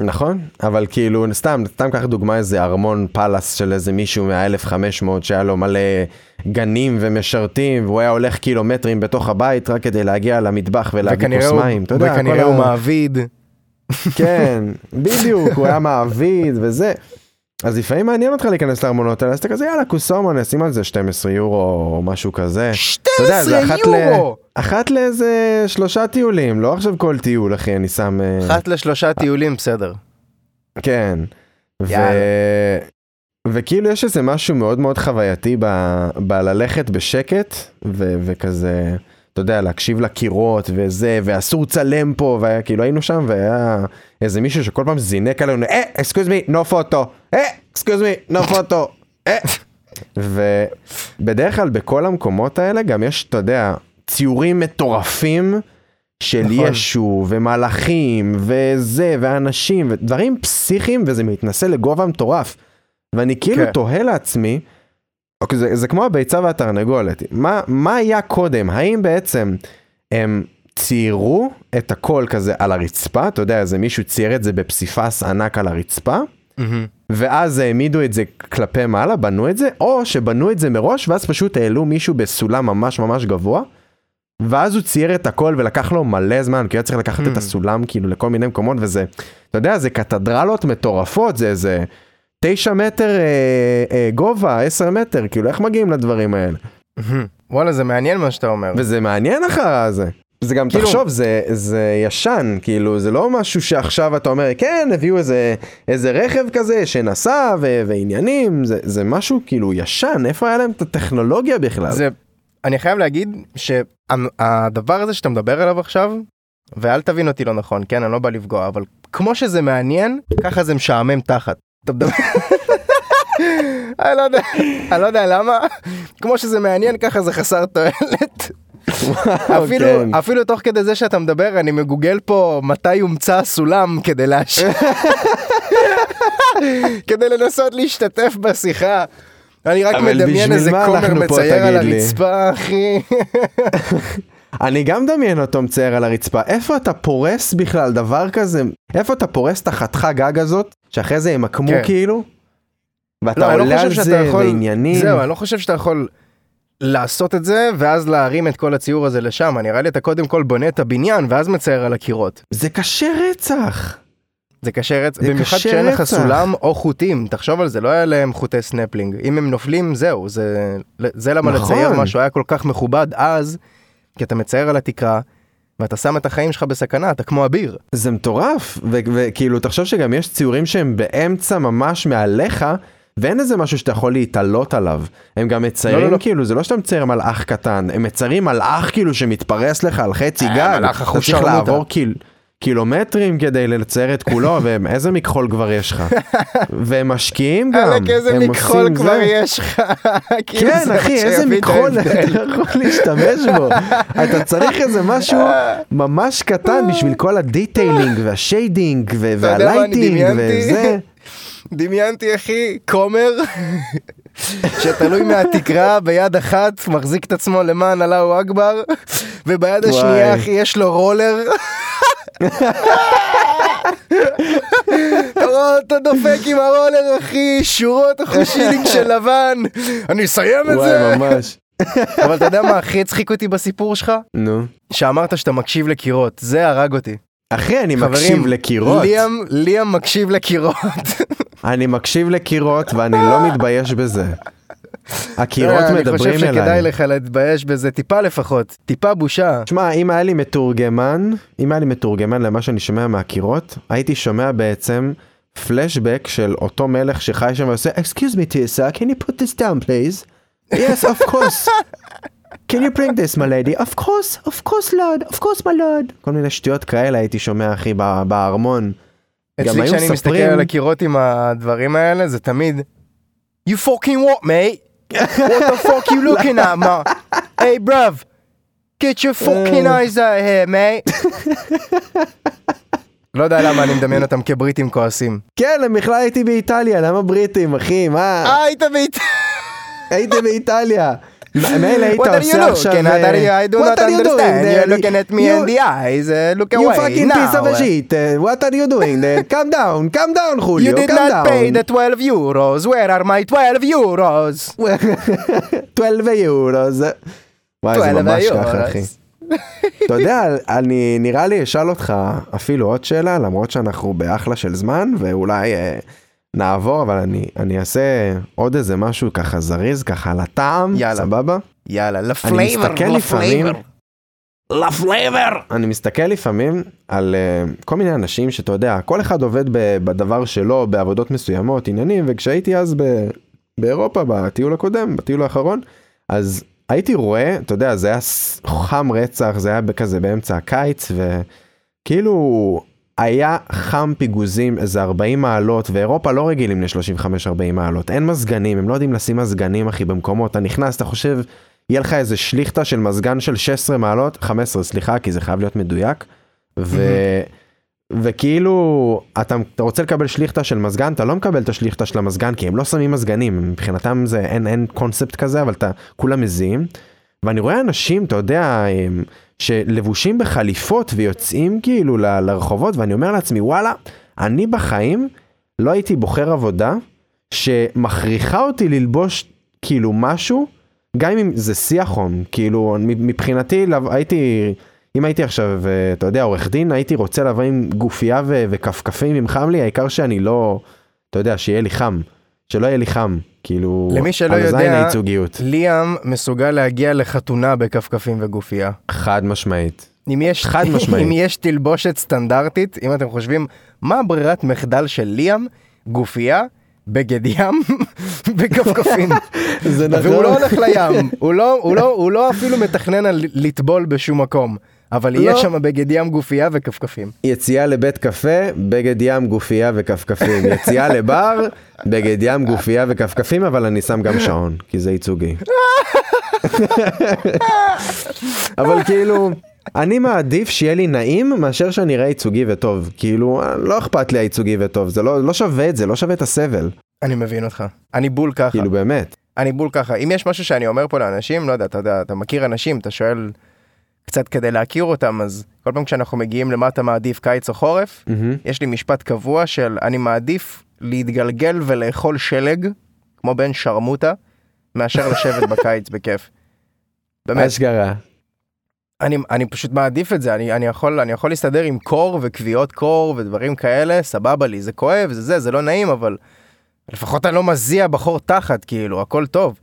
נכון, אבל כאילו, סתם, סתם קח דוגמה איזה ארמון פלאס של איזה מישהו מה-1500 שהיה לו מלא גנים ומשרתים, והוא היה הולך קילומטרים בתוך הבית רק כדי להגיע למטבח ולהביא וכנראה כוס הוא- מים, אתה יודע, וכנראה כל הוא ה- מעביד. כן, בדיוק, הוא היה מעביד וזה. אז לפעמים מעניין אותך להיכנס לארמונות האלה, אז אתה כזה יאללה קוסומו נשים על זה 12 יורו או משהו כזה. אתה יודע, 12 זה אחת ל- יורו! אחת לאיזה שלושה טיולים, לא עכשיו כל טיול אחי, אני שם... אה, אחת לשלושה טיולים, בסדר. כן. ו... יאללה. וכאילו יש איזה משהו מאוד מאוד חווייתי ב... בללכת בשקט ו... וכזה אתה יודע, להקשיב לקירות וזה, ואסור לצלם פה, והיה כאילו היינו שם, והיה איזה מישהו שכל פעם זינק עלינו, אה, אקסקיוז מי, נו פוטו, אה, אקסקיוז מי, נו פוטו, אה. ובדרך כלל בכל המקומות האלה גם יש, אתה יודע, ציורים מטורפים של נכון. ישו, ומלאכים, וזה, ואנשים, ודברים פסיכיים, וזה מתנשא לגובה מטורף. ואני כאילו כן. תוהה לעצמי, אוקיי, זה, זה כמו הביצה והתרנגולת, מה, מה היה קודם? האם בעצם הם ציירו את הכל כזה על הרצפה? אתה יודע, איזה מישהו צייר את זה בפסיפס ענק על הרצפה, ואז העמידו את זה כלפי מעלה, בנו את זה, או שבנו את זה מראש, ואז פשוט העלו מישהו בסולם ממש ממש גבוה, ואז הוא צייר את הכל ולקח לו מלא זמן, כי הוא היה צריך לקחת את Hmm. הסולם כאילו לכל מיני מקומות, וזה, אתה יודע, זה קתדרלות מטורפות, זה איזה תשע מטר אה, אה, גובה, עשר מטר, כאילו איך מגיעים לדברים האלה? וואלה, זה מעניין מה שאתה אומר. וזה מעניין אחר זה. זה גם, כאילו- תחשוב, זה, זה ישן, כאילו, זה לא משהו שעכשיו אתה אומר, כן, הביאו איזה, איזה רכב כזה שנסע ו- ועניינים, זה, זה משהו כאילו ישן, איפה היה להם את הטכנולוגיה בכלל? זה, אני חייב להגיד שהדבר הזה שאתה מדבר עליו עכשיו, ואל תבין אותי לא נכון, כן, אני לא בא לפגוע, אבל כמו שזה מעניין, ככה זה משעמם תחת. אתה מדבר... אני לא יודע, [laughs] אני לא יודע למה, כמו שזה מעניין, ככה זה חסר תועלת. וואו, אפילו, כן. אפילו תוך כדי זה שאתה מדבר, אני מגוגל פה מתי הומצא הסולם כדי [laughs] להשאיר, כדי לנסות להשתתף בשיחה. אני רק אבל מדמיין בשביל איזה מה כומר אנחנו פה, מצייר על תגיד לי? הרצפה, אחי. אני גם מדמיין אותו מצייר על הרצפה, איפה אתה פורס בכלל דבר כזה? איפה אתה פורס את החתך גג הזאת, שאחרי זה ימקמו כן. כאילו? ואתה לא, אני לא עולה חושב על שאתה זה, יכול- ועניינים. [laughs] זהו, אני לא חושב שאתה יכול לעשות את זה, ואז להרים את כל הציור הזה לשם. נראה לי אתה קודם כל בונה את הבניין, ואז מצייר על הקירות. זה קשה רצח. זה קשה רצח, זה במיוחד קשה כשאין לך רצח. סולם או חוטים, תחשוב על זה, לא היה להם חוטי סנפלינג. אם הם נופלים, זהו, זה, זה למה נכון. לצייר משהו היה כל כך מכובד אז, כי אתה מצייר על התקרה, ואתה שם את החיים שלך בסכנה, אתה כמו אביר. זה מטורף, ו- וכאילו תחשוב שגם יש ציורים שהם באמצע ממש מעליך, ואין איזה משהו שאתה יכול להתעלות עליו. הם גם מציירים לא, לא. כאילו, זה לא שאתה מצייר מלאך קטן, הם מציירים מלאך כאילו שמתפרס לך על חצי אה, גג, מלאך אתה אחוז צריך שרמוטה. לעבור קיל... קילומטרים כדי לצייר את [laughs] כולו, ואיזה מכחול כבר יש לך. והם משקיעים גם, עלק איזה הם מכחול עושים כבר זה. יש לך. [laughs] כאילו, כן זה אחי מה איזה שיביא את מכחול אתה ההבדל. יכול להשתמש בו אתה צריך איזה משהו ממש קטן בשביל כל הדיטיילינג והשיידינג ו- אתה יודע מה אני והלייטינג דמיינתי? וזה. דמיינתי אחי כומר שתלוי מהתקרה ביד אחת מחזיק את עצמו למען אללהו אכבר וביד וואי. השנייה אחי יש לו רולר. אתה רואה אותו דופק עם הרולר אחי שורות אחי שילינג של לבן אני אסיים את זה וואי ממש. אבל אתה יודע מה הכי הצחיק אותי בסיפור שלך נו. שאמרת שאתה מקשיב לקירות זה הרג אותי אחי אני חברים, מקשיב לקירות ליאם ליאם מקשיב לקירות אני מקשיב לקירות ואני לא מתבייש בזה. הקירות מדברים אה, אני חושב שכדאי אליי. לך להתבייש בזה טיפה לפחות, טיפה בושה. תשמע אם היה לי מתורגמן אם היה לי מתורגמן למה שאני שומע מהקירות הייתי שומע בעצם. פלשבק של אותו מלך שחי שם ועושה excuse me Tisa can you put this down please? yes of [laughs] course can you bring this my lady of course of course lord of course my lord כל מיני שטויות כאלה הייתי שומע אחי ב- בארמון. גם אצלי היו כשאני מסתכל מספרים- על הקירות עם הדברים האלה, זה תמיד, you fucking what, mate? what the fuck you looking at, ma? hey, bruv, get your fucking Mm. eyes out here, mate. [laughs] לא יודע למה אני מדמיין אותם כבריטים כועסים. כן הם בכלל הייתי באיטליה למה בריטים [laughs] אחי מה אה, היית בעיטה. הייתי באיטליה. מילא היית What are you עושה עכשיו looking at? אה, I do what not are you doing understand. there? You're looking at me You- in the eyes. Uh, Look away. You fucking piece of now. eh." a shit, uh, what are you doing? [laughs] there? calm down, calm down, Julio, You did calm not down. pay the 12 euros. Where are my 12 euros? 12 יורו, זה... וואי, זה 12 ממש יורו, ככה, אז- אחי. אתה יודע, אני נראה לי אשאל אותך אפילו עוד שאלה, למרות שאנחנו באחלה של זמן, ואולי אה, נעבור, אבל אני, אני אעשה עוד איזה משהו ככה זריז, ככה על הטעם, יאללה. סבבה? יאללה, אני לפלייבר, מסתכל לפעמים, לפלייבר. לפלייבר. אני מסתכל לפעמים על uh, כל מיני אנשים שאתה יודע, כל אחד עובד ב- בדבר שלו, בעבודות מסוימות, עניינים, וכשהייתי אז ב- באירופה, בטיול הקודם, בטיול האחרון, אז הייתי רואה, אתה יודע, זה היה ס- חם רצח, זה היה כזה באמצע הקיץ, וכאילו כאילו, היה חם פיגוזים איזה 40 מעלות, ואירופה לא רגילים ל-35-40 מעלות, אין מזגנים, הם לא יודעים לשים מזגנים, אחי, במקומות, אתה נכנס, אתה חושב, יהיה לך איזה שליכטה של מזגן של 16 מעלות, 15, סליחה, כי זה חייב להיות מדויק, ו... וכאילו אתה, אתה רוצה לקבל שליכטה של מזגן אתה לא מקבל את השליכטה של המזגן כי הם לא שמים מזגנים מבחינתם זה אין אין קונספט כזה אבל אתה כולם מזיעים. ואני רואה אנשים אתה יודע הם, שלבושים בחליפות ויוצאים כאילו ל- לרחובות ואני אומר לעצמי וואלה אני בחיים לא הייתי בוחר עבודה שמכריחה אותי ללבוש כאילו משהו גם אם זה שיא החום כאילו מבחינתי לב- הייתי אם הייתי עכשיו אה, אתה יודע עורך דין הייתי רוצה לבוא עם גופייה ו- וכפכפים אם חם לי העיקר שאני לא אתה יודע שיהיה לי חם שלא יהיה לי חם כאילו למי שלא על זין יודע, הייצוגיות ליאם מסוגל להגיע לחתונה בכפכפים וגופייה. חד משמעית אם יש, חד משמעית. אם יש תלבושת סטנדרטית, אם אתם חושבים, מה ברירת מחדל של ליאם? גופייה, בגד ים, [laughs] בכפכפים. זה נכון. והוא לא הולך [laughs] לים, הוא לא, הוא לא, הוא לא אפילו מתכנן על לטבול בשום מקום. אבל יהיה לא. שם בגד ים, גופייה וכפכפים. יציאה לבית קפה, בגד ים, גופייה וכפכפים. יציאה לבר, בגד ים, גופייה וכפכפים, אבל אני שם גם שעון, כי זה [laughs] ייצוגי. אבל כאילו, אני מעדיף שיהיה לי נעים מאשר שאני אראה ייצוגי וטוב. כאילו, לא אכפת לי הייצוגי וטוב, זה לא, לא שווה את זה, לא שווה את הסבל. אני מבין אותך. אני בול ככה. כאילו, באמת. אני בול ככה. אם יש משהו שאני אומר פה לאנשים, לא יודע, אתה יודע, אתה מכיר אנשים, אתה שואל קצת כדי להכיר אותם, אז כל פעם כשאנחנו מגיעים למה אתה מעדיף, קיץ או חורף, מהמם. יש לי משפט קבוע של אני מעדיף להתגלגל ולאכול שלג, כמו בן שרמוטה, מאשר לשבת בקיץ בכיף. באמת, אשכרה. אני, אני פשוט מעדיף את זה, אני, אני, יכול, אני יכול להסתדר עם קור וכוויות קור ודברים כאלה, סבבה לי, זה כואב, זה זה, זה לא נעים, אבל לפחות אני לא מזיע בחור תחת, כאילו, הכל טוב.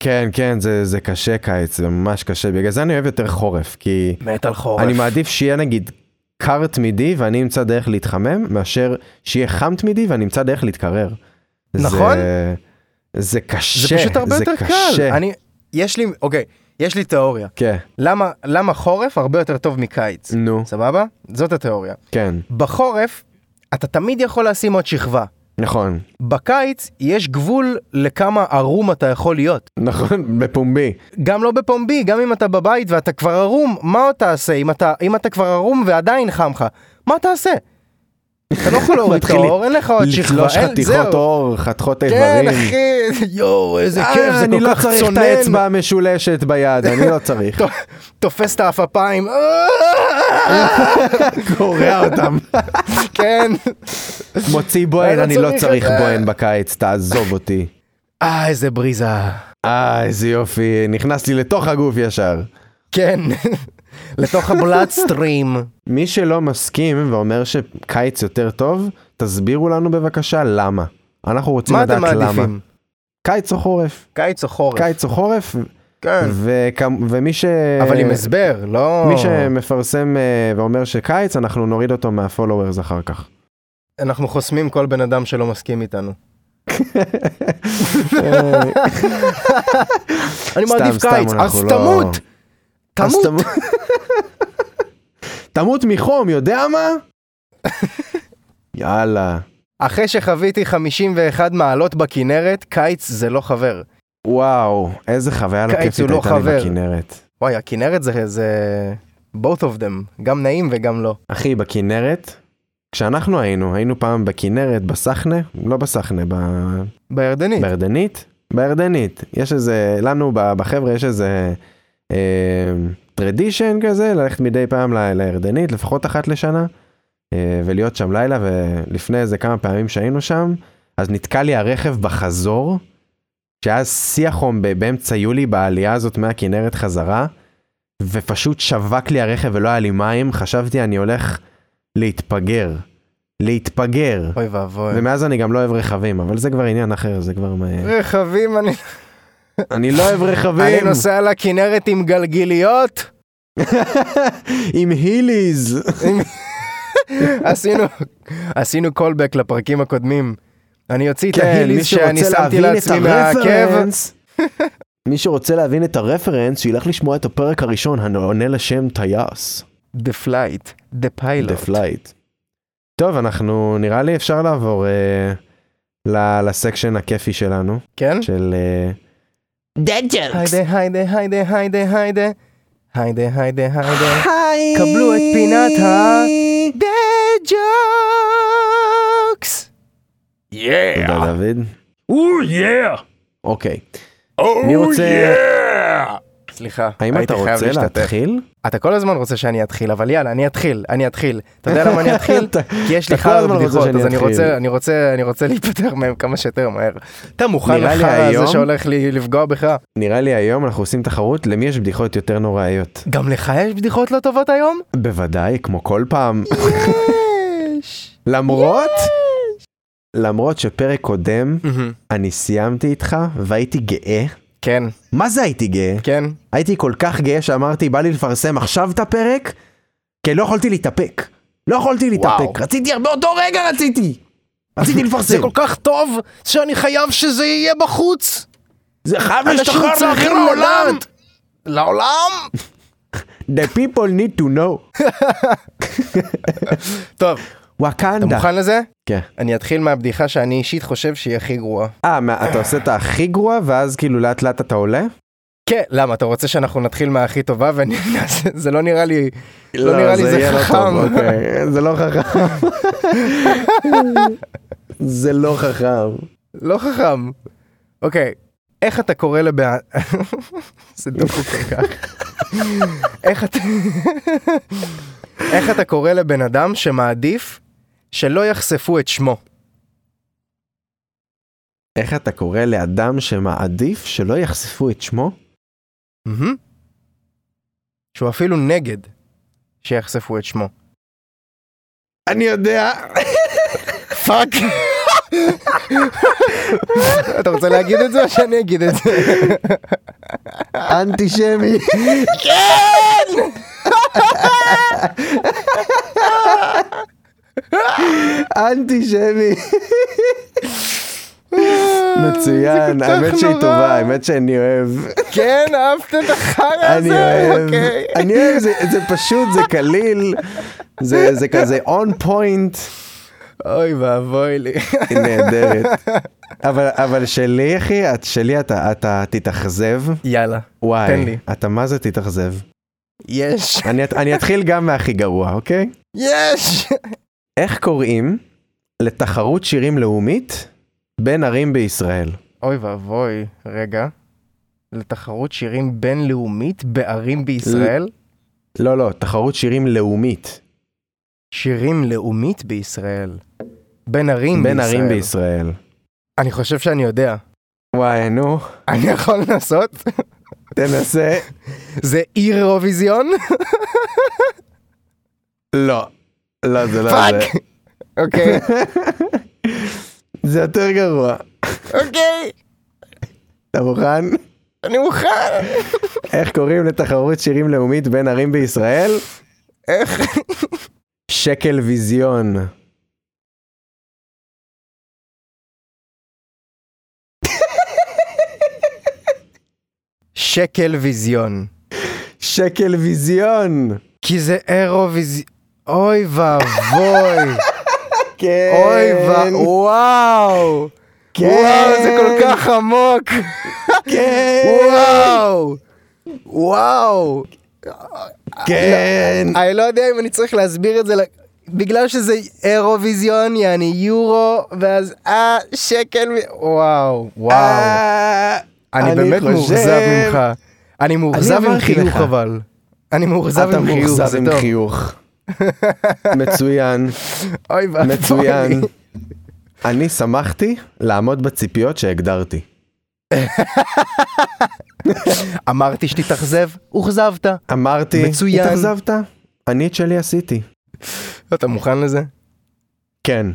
כן, כן, זה, זה קשה קיץ, זה ממש קשה. בגלל זה אני אוהב יותר חורף, כי... מת על חורף. אני מעדיף שיהיה נגיד קר תמידי ואני אמצא דרך להתחמם, מאשר שיהיה חם תמידי ואני אמצא דרך להתקרר. נכון. זה, זה קשה, זה פשוט הרבה זה יותר קשה. קל. אני, יש לי, אוקיי, יש לי תיאוריה. כן, למה, למה חורף הרבה יותר טוב מקיץ? נו, סבבה? זאת התיאוריה. כן, בחורף, אתה תמיד יכול לשים עוד שכבה. נכון, בקיץ, יש גבול לכמה ערום אתה יכול להיות. נכון, בפומבי. גם לא בפומבי, גם אם אתה בבית ואתה כבר ערום, מה עוד תעשה? אם אתה, אם אתה כבר ערום ועדיין חם לך, מה תעשה? אתה לא יכול להוריד את מתחיל האור, אין לך עוד שכבה, לתלוש אין, חתיכות זהו. אור, חתיכות כן, איברים. אחי, יואו, איזה אה, כיף, זה אני כל לא כך צריך את צונן. האצבע המשולשת ביד, אני לא צריך. [laughs] תופס את העפפיים, קורע אותם. [laughs] כן. מוציא בוהן, לא אני לא צריך את צריך זה. בוהן בקיץ, תעזוב אותי. אה, איזה בריזה. אה, איזה יופי, נכנס לי לתוך הגוף ישר. כן. לתוך הבלאד סטרים. מי שלא מסכים ואומר שקיץ יותר טוב, תסבירו לנו בבקשה למה. אנחנו רוצים מה אתם לדעת למה. מעדיפים? קיץ או חורף? קיץ או חורף? קיץ או חורף, כן. וכמ- ומי ש... אבל עם הסבר, לא... מי שמפרסם אה, ואומר שקיץ, אנחנו נוריד אותו מהפולוורס אחר [laughs] כך. אנחנו חוסמים כל בן אדם שלא מסכים איתנו. אה, אני סתם, מעדיף סתם, קיץ, אז אנחנו לא- תמות! אז תמות! [laughs] תמות מחום, יודע [laughs] מה? יאללה. אחרי שחוויתי 51 מעלות בכנרת, קיץ זה לא חבר. וואו, איזה חוויה לא קיץ כיפית הוא לא הייתה לי חבר. בכנרת. וואי, הכנרת זה... זה... both of them, גם נעים וגם לא. אחי, בכנרת, כשאנחנו היינו, היינו פעם בכנרת, בסחנה, לא בסחנה, ב... בירדנית. בירדנית? בירדנית. יש איזה, לנו ב- בחבר'ה יש איזה טרדישן כזה, ללכת מדי פעם ל- לירדנית, לפחות אחת לשנה, אה, ולהיות שם לילה, ולפני איזה כמה פעמים שהיינו שם, אז נתקע לי הרכב בחזור, שהיה שיא החום ב- באמצע יולי בעלייה הזאת מהכנרת חזרה, ופשוט שווק לי הרכב ולא היה לי מים, חשבתי אני הולך להתפגר. להתפגר. אוי ואבוי. ומאז אני גם לא אוהב רכבים, אבל זה כבר עניין אחר, זה [laughs] כבר... מה- רכבים, אני... אני לא אוהב רכבים. אני נוסע לכנרת עם גלגיליות. [laughs] עם היליז. עשינו, עשינו קולבק לפרקים הקודמים. אני אוציא את [laughs] כן, מי ההיליס שרוצה שאני שמתי להבין את לעצמי מהעקב. הרפרנס. [laughs] מי שרוצה להבין את הרפרנס, שילך לשמוע את הפרק הראשון העונה לשם טייס. The Flight, The Pilot. The Flight. טוב, אנחנו, נראה לי אפשר לעבור אה, ל- לסקשן הכיפי [laughs] שלנו, כן? של... אה, היידה, היידה, היידה, היידה, היידה. היידה, היידה, היידה. היי! קבלו את פינת ה- The Jokes! תודה, דוד. Oh, Ooh, yeah! אוקיי. מי Oh, רוצה... yeah! סליחה, האם הייתי אתה חייב רוצה להשתתף. להתחיל? אתה כל הזמן רוצה שאני אתחיל, אבל יאללה, אני אתחיל, אני אתחיל. אתה יודע למה אני אתחיל? [laughs] אתה- כי יש לי אתה כל חרא הזמן רוצה בדיחות, שאני אז אני אתחיל. רוצה, אני רוצה, אני רוצה להיפטר מהם כמה שיותר מהר. אתה מוכן נראה לי לחרא הזה היום- שהולך לי לפגוע בך? נראה לי היום אנחנו עושים תחרות למי יש בדיחות יותר נוראיות. גם לך יש בדיחות לא טובות היום? בוודאי, כמו כל פעם. יש! למרות... למרות שפרק קודם אני סיימתי איתך והייתי גאה. כן, מה זה הייתי גאה? כן. הייתי כל כך גאה שאמרתי בא לי לפרסם עכשיו את הפרק, כי לא יכולתי להתאפק. לא יכולתי להתאפק. רציתי, באותו רגע רציתי. רציתי לפרסם. [laughs] זה כל כך טוב שאני חייב שזה יהיה בחוץ! זה חייב אנשים צריכים לדעת! לעולם! The people need to know. טוב, אתה וואקנדה. מוכן לזה? כן. אני אתחיל מהבדיחה שאני אישית חושב שהיא הכי גרועה. אה, מה, אתה עושה את הכי גרוע ואז כאילו לאט לאט אתה עולה? כן, למה? אתה רוצה שאנחנו נתחיל מהכי טובה ואני... זה- [laughs] זה לא נראה לי... לא נראה לי זה יהיה לא טוב, חכם. אוקיי. [laughs] זה לא חכם. [laughs] זה לא חכם. לא חכם. אוקיי, איך אתה קורא לבעל... [laughs] זה דפוק כל כך. איך אתה... איך אתה קורא לבן אדם שמעדיף שלא יחשפו את שמו? איך אתה קורא לאדם שמעדיף שלא יחשפו את שמו? מהמם. שהוא אפילו נגד שיחשפו את שמו. אני יודע. פאק. אתה רוצה להגיד את זה או שאני אגיד את זה? אנטישמי. כן! [laughs] אנטישמי. מצוין, זה כל כך האמת שהיא נורא. טובה, האמת שאני אוהב. כן, אהבת את החרא הזה? אני אוהב. אוקיי. אני אוהב, זה זה פשוט, זה קליל. זה זה כזה און פוינט. אוי ואבוי לי. היא נהדרת. אבל, אבל שלי אחי, את שלי אתה, אתה תתאכזב, יאללה, וואי, תן לי. אתה מה זה תתאכזב. יש. אני, את- אני אתחיל גם מהכי גרוע, אוקיי? יש! איך קוראים לתחרות שירים לאומית בין ערים בישראל? אוי ואבוי, רגע. לתחרות שירים בינלאומית בערים בישראל? לא, לא, תחרות שירים לאומית שירים לאומית בישראל. בין ערים בין בישראל. ערים בישראל. אני חושב שאני יודע. וואי, נו, אני יכול לנסות? תנסה. זה אירוויזיון? אה, לא. לא, זה לא זה. פאק! אוקיי, [laughs] זה יותר גרוע. אוקיי, אתה מוכן? אני מוכן. איך קוראים לתחרות שירים לאומית בין ערים בישראל? איך? שקל ויזיון. שקל ויזיון. שקל ויזיון. כי זה אירוויזיון. אוי [laughs] ואבוי. כן. אוי ואבוי. וואו. כן. וואו, זה כל כך עמוק. כן. וואו! וואו! כן. אני לא יודע אם אני צריך להסביר את זה, ל- בגלל שזה אירוויזיון, יעני יורו, ואז אה, שקל, מ- וואו, וואו. אה, אני באמת חושב- מאוכזב ממך. אני מאוכזב עם אמרתי חיוך לך. אבל. אני מאוכזב אתה עם חיוך, מאוכזב זה עם טוב. חיוך. [laughs] מצוין, אוי ואבוי. מצוין. אני שמחתי לעמוד בציפיות שהגדרתי. אמרתי שתתאכזב, אוכזבת. אמרתי, מצוין. התאכזבת? אני את שלי עשיתי. אתה מוכן לזה? כן.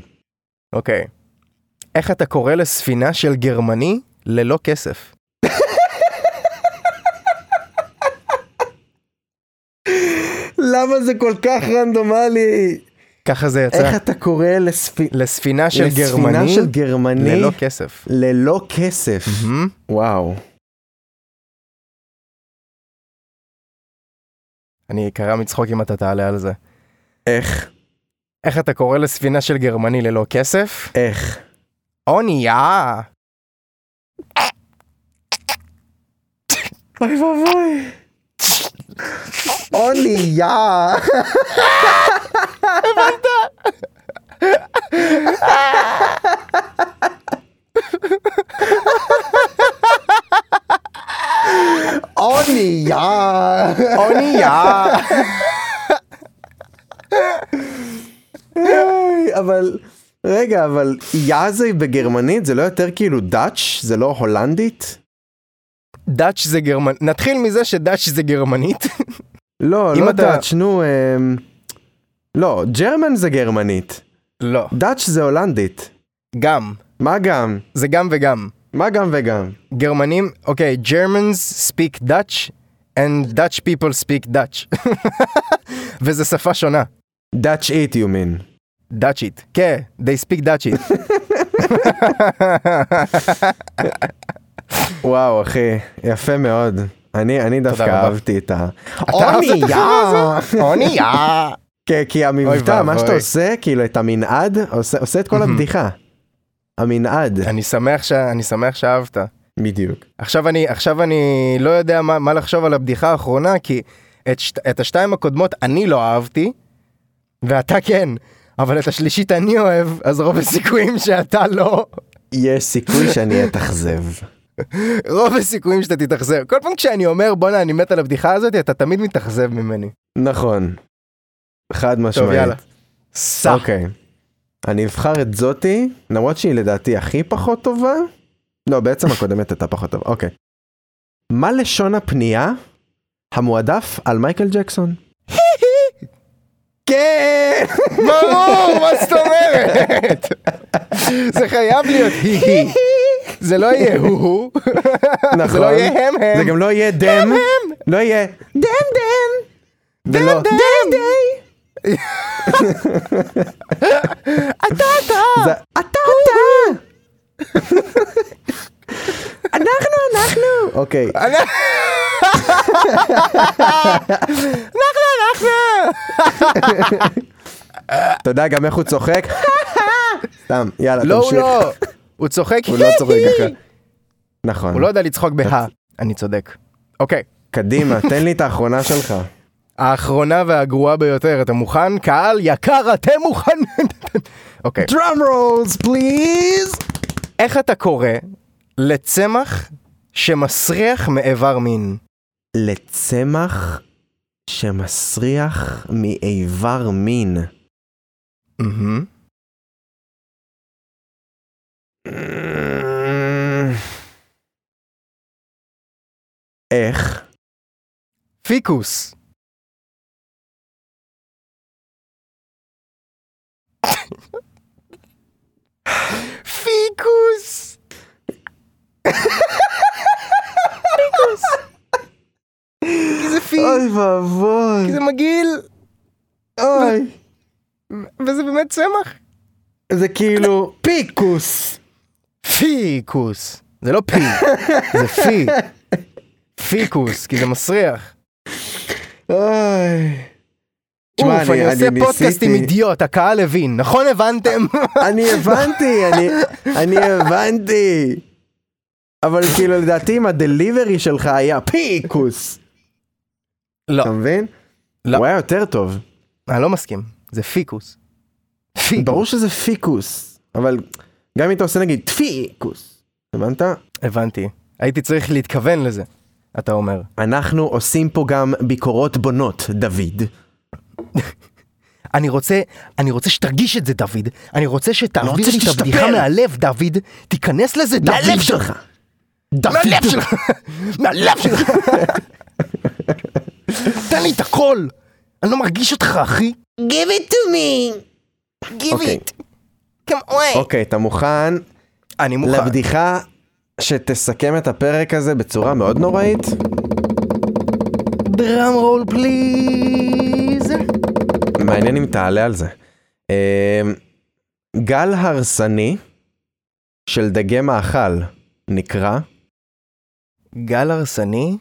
אוקיי. איך אתה קורא לספינה של גרמני ללא כסף? למה זה כל כך רנדומלי? ככה זה יצא. איך אתה קורא לספי- לספינה של לספינה גרמני לא של גרמני ללא כסף. ללא כסף? מהמם. וואו. אני אקרע מצחוק אם אתה תעלה על זה. איך? איך אתה קורא לספינה של גרמני ללא כסף? איך? אונייה! אוי ואבוי. אונייה. הבנת? אונייה. אונייה! איי, אבל רגע אבל יא זה בגרמנית זה לא יותר כאילו דאץ' זה לא הולנדית? דאץ' זה גרמנ... נתחיל מזה שדאץ' זה גרמנית. [laughs] לא אם לא אתה- דאץ' נו אמ, לא ג'רמן זה גרמנית לא. דאץ' זה הולנדית גם. מה גם זה גם וגם. מה גם וגם גרמנים, אוקיי, Germans speak Dutch and Dutch people speak Dutch. [laughs] וזה שפה שונה. דאץ' איט you mean דאצ'ית. כן, they speak דאצ'ית. וואו אחי יפה מאוד אני אני דווקא רבה. אהבתי את ה... אהבת את החיבור [laughs] אונייה! כן, כי המבטא, מה שאתה ואבוי. עושה, כאילו, את המנעד, עושה, עושה את כל הבדיחה. המנעד. אני שמח ש... אני שמח שאהבת. בדיוק. עכשיו אני, עכשיו אני לא יודע מה, מה לחשוב על הבדיחה האחרונה, כי את, שת, את השתיים הקודמות אני לא אהבתי, ואתה כן, אבל את השלישית אני אוהב, אז רוב הסיכויים שאתה לא, יש סיכוי שאני אתאכזב. רוב הסיכויים שאתה תתאכזב. כל פעם כשאני אומר בואנה אני מת על הבדיחה הזאת, אתה תמיד מתאכזב ממני. נכון. חד משמעית. טוב יאללה. סע. אוקיי. אני אבחר את זאתי, למרות שהיא לדעתי הכי פחות טובה. לא, בעצם הקודמת הייתה פחות טובה, אוקיי. מה לשון הפנייה המועדף על מייקל ג'קסון? כן! ברור, מה זאת אומרת? זה חייב להיות היא היא. זה לא יהיה הוא הוא, נכון. [laughs] זה לא יהיה הם הם. זה גם לא יהיה דם. לא יהיה לא- דם דם. ולא דם, דם דם. זה- אתה אתה. אנחנו אנחנו. אוקיי. אתה יודע גם איך הוא [laughs] צוחק? סתם, יאללה, לא, הוא תמשיך. לא. הוא צוחק, הוא לא [laughs] צוחק "הי, ככה. הי". נכון. הוא לא יודע לצחוק בה. אני צודק. אוקיי, קדימה, תן לי את האחרונה [laughs] שלך. האחרונה והגרועה ביותר, אתה מוכן? קהל יקר, אתם מוכנים? [laughs] אוקיי, דראם רולס, פליז! איך אתה קורא לצמח שמסריח מאיבר מין? לצמח שמסריח מאיבר מין. מהמם. איך? פיקוס. פיקוס! פיקוס! כי זה פי, אוי ואבוי. כי זה מגעיל, אוי. וזה באמת צמח. זה כאילו פיקוס. פיקוס. זה לא פי, זה פי. פיקוס, כי זה מסריח. אוי. תשמע, אוף, אני עושה פודקאסט עם ניסיתי. אידיוט, הקהל הבין, נכון הבנתם? אני הבנתי, אני, אני הבנתי. אבל כאילו לדעתי אם הדליברי שלך היה פיקוס, לא, אתה מבין? לא. הוא היה יותר טוב. אני לא מסכים, זה פיקוס. פיקוס. ברור שזה פיקוס, אבל גם אם אתה עושה נגיד פיקוס, הבנת? הבנתי. הייתי צריך להתכוון לזה, אתה אומר. אנחנו עושים פה גם ביקורות בונות, דוד. אני רוצה, אני רוצה שתרגיש את זה, דוד. אני רוצה שתעביר רוצה לי את שתשתפר. הבדיחה מהלב, דוד. תיכנס לזה, דוד. מהלב שלך. מהלב שלך. [laughs] מהלב שלך. [laughs] תן לי את הכל. אני לא מרגיש אותך, אחי. Give it to me. Give אוקיי. it. Come on. אוקיי, אתה מוכן אני מוכן. לבדיחה שתסכם את הפרק הזה בצורה מאוד נוראית? דראם רול פליז. מעניין אם תעלה על זה. אמ, גל הרסני של דגי מאכל נקרא גל הרסני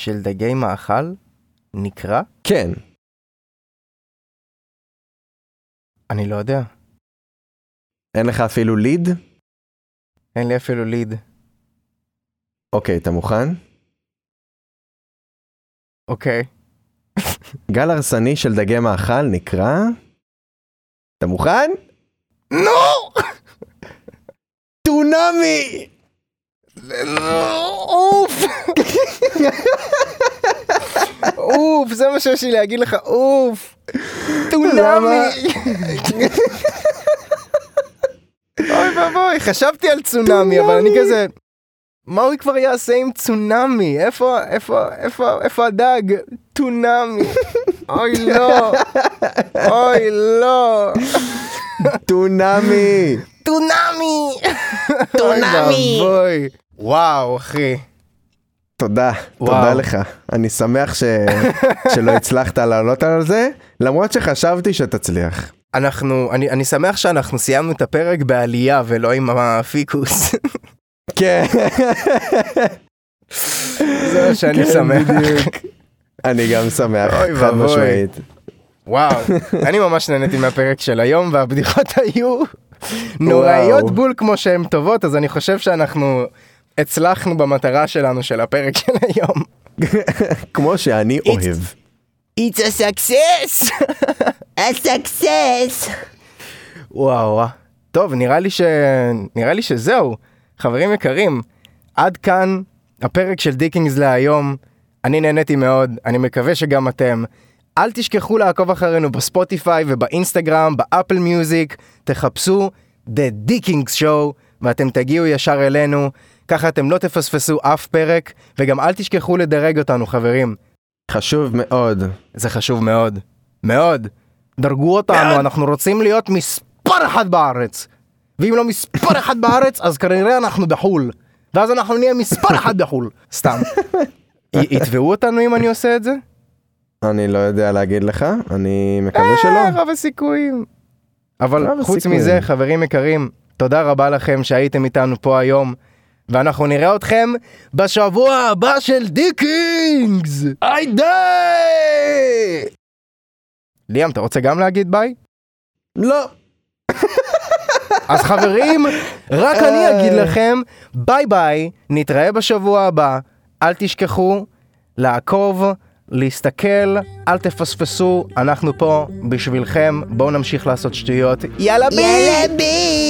של דגי מאכל נקרא? כן. אני לא יודע. אין לך אפילו ליד? אין לי אפילו ליד. אוקיי, אתה מוכן? אוקיי. גל הרסני של דגי מאכל נקרא... אתה מוכן? נו! טונאמי! אוף! אוף, זה מה שיש לי להגיד לך, אוף! טונאמי! אוי ואבוי, חשבתי על צונאמי, אבל אני כזה... מה הוא כבר יעשה עם צונאמי? איפה, איפה, איפה, איפה הדג? טונאמי. אוי לא. אוי לא. טונאמי! טונאמי! טונאמי. אוי ואבוי. וואו, אחי. תודה, תודה וואו. לך. אני שמח ש... [laughs] שלא הצלחת לעלות על זה, למרות שחשבתי שתצליח. אנחנו, אני, אני שמח שאנחנו סיימנו את הפרק בעלייה ולא עם הפיקוס. [laughs] כן, זה מה שאני כן, שמח. בדיוק. אני גם שמח, אוי חד ואבוי. משמעית. וואו, אני ממש נהניתי מהפרק של היום והבדיחות [laughs] היו נוראיות וואו. בול כמו שהן טובות, אז אני חושב שאנחנו הצלחנו במטרה שלנו של הפרק של היום. כמו שאני אוהב. It's a success! [laughs] a success! וואו, וואו. טוב, נראה לי ש... נראה לי שזהו. חברים יקרים, עד כאן הפרק של דיקינגס להיום. אני נהניתי מאוד, אני מקווה שגם אתם. אל תשכחו לעקוב אחרינו בספוטיפיי ובאינסטגרם, באפל מיוזיק, תחפשו The Dickings Show ואתם תגיעו ישר אלינו, ככה אתם לא תפספסו אף פרק, וגם אל תשכחו לדרג אותנו חברים, חשוב מאוד. זה חשוב מאוד, מאוד. דרגו אותנו, אנחנו רוצים להיות מספר אחד בארץ. ואם לא מספר אחד בארץ, אז כנראה אנחנו בחו"ל. ואז אנחנו נהיה מספר אחד בחו"ל. סתם. י- יתבעו אותנו אם אני עושה את זה? אני לא יודע להגיד לך, אני מקווה אה, שלא. רב הסיכויים. אבל רב חוץ הסיכויים. מזה, חברים יקרים, תודה רבה לכם שהייתם איתנו פה היום, ואנחנו נראה אתכם בשבוע הבא של דיקינגס! I die! ליאם, אתה רוצה גם להגיד ביי? לא. אז חברים, רק אני אגיד לכם, ביי ביי, נתראה בשבוע הבא. אל תשכחו לעקוב, להסתכל, אל תפספסו, אנחנו פה בשבילכם, בואו נמשיך לעשות שטויות. יאללה ביי! Yalla bing!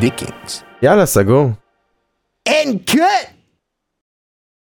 דיקינגס. יאללה, סגור. And cut!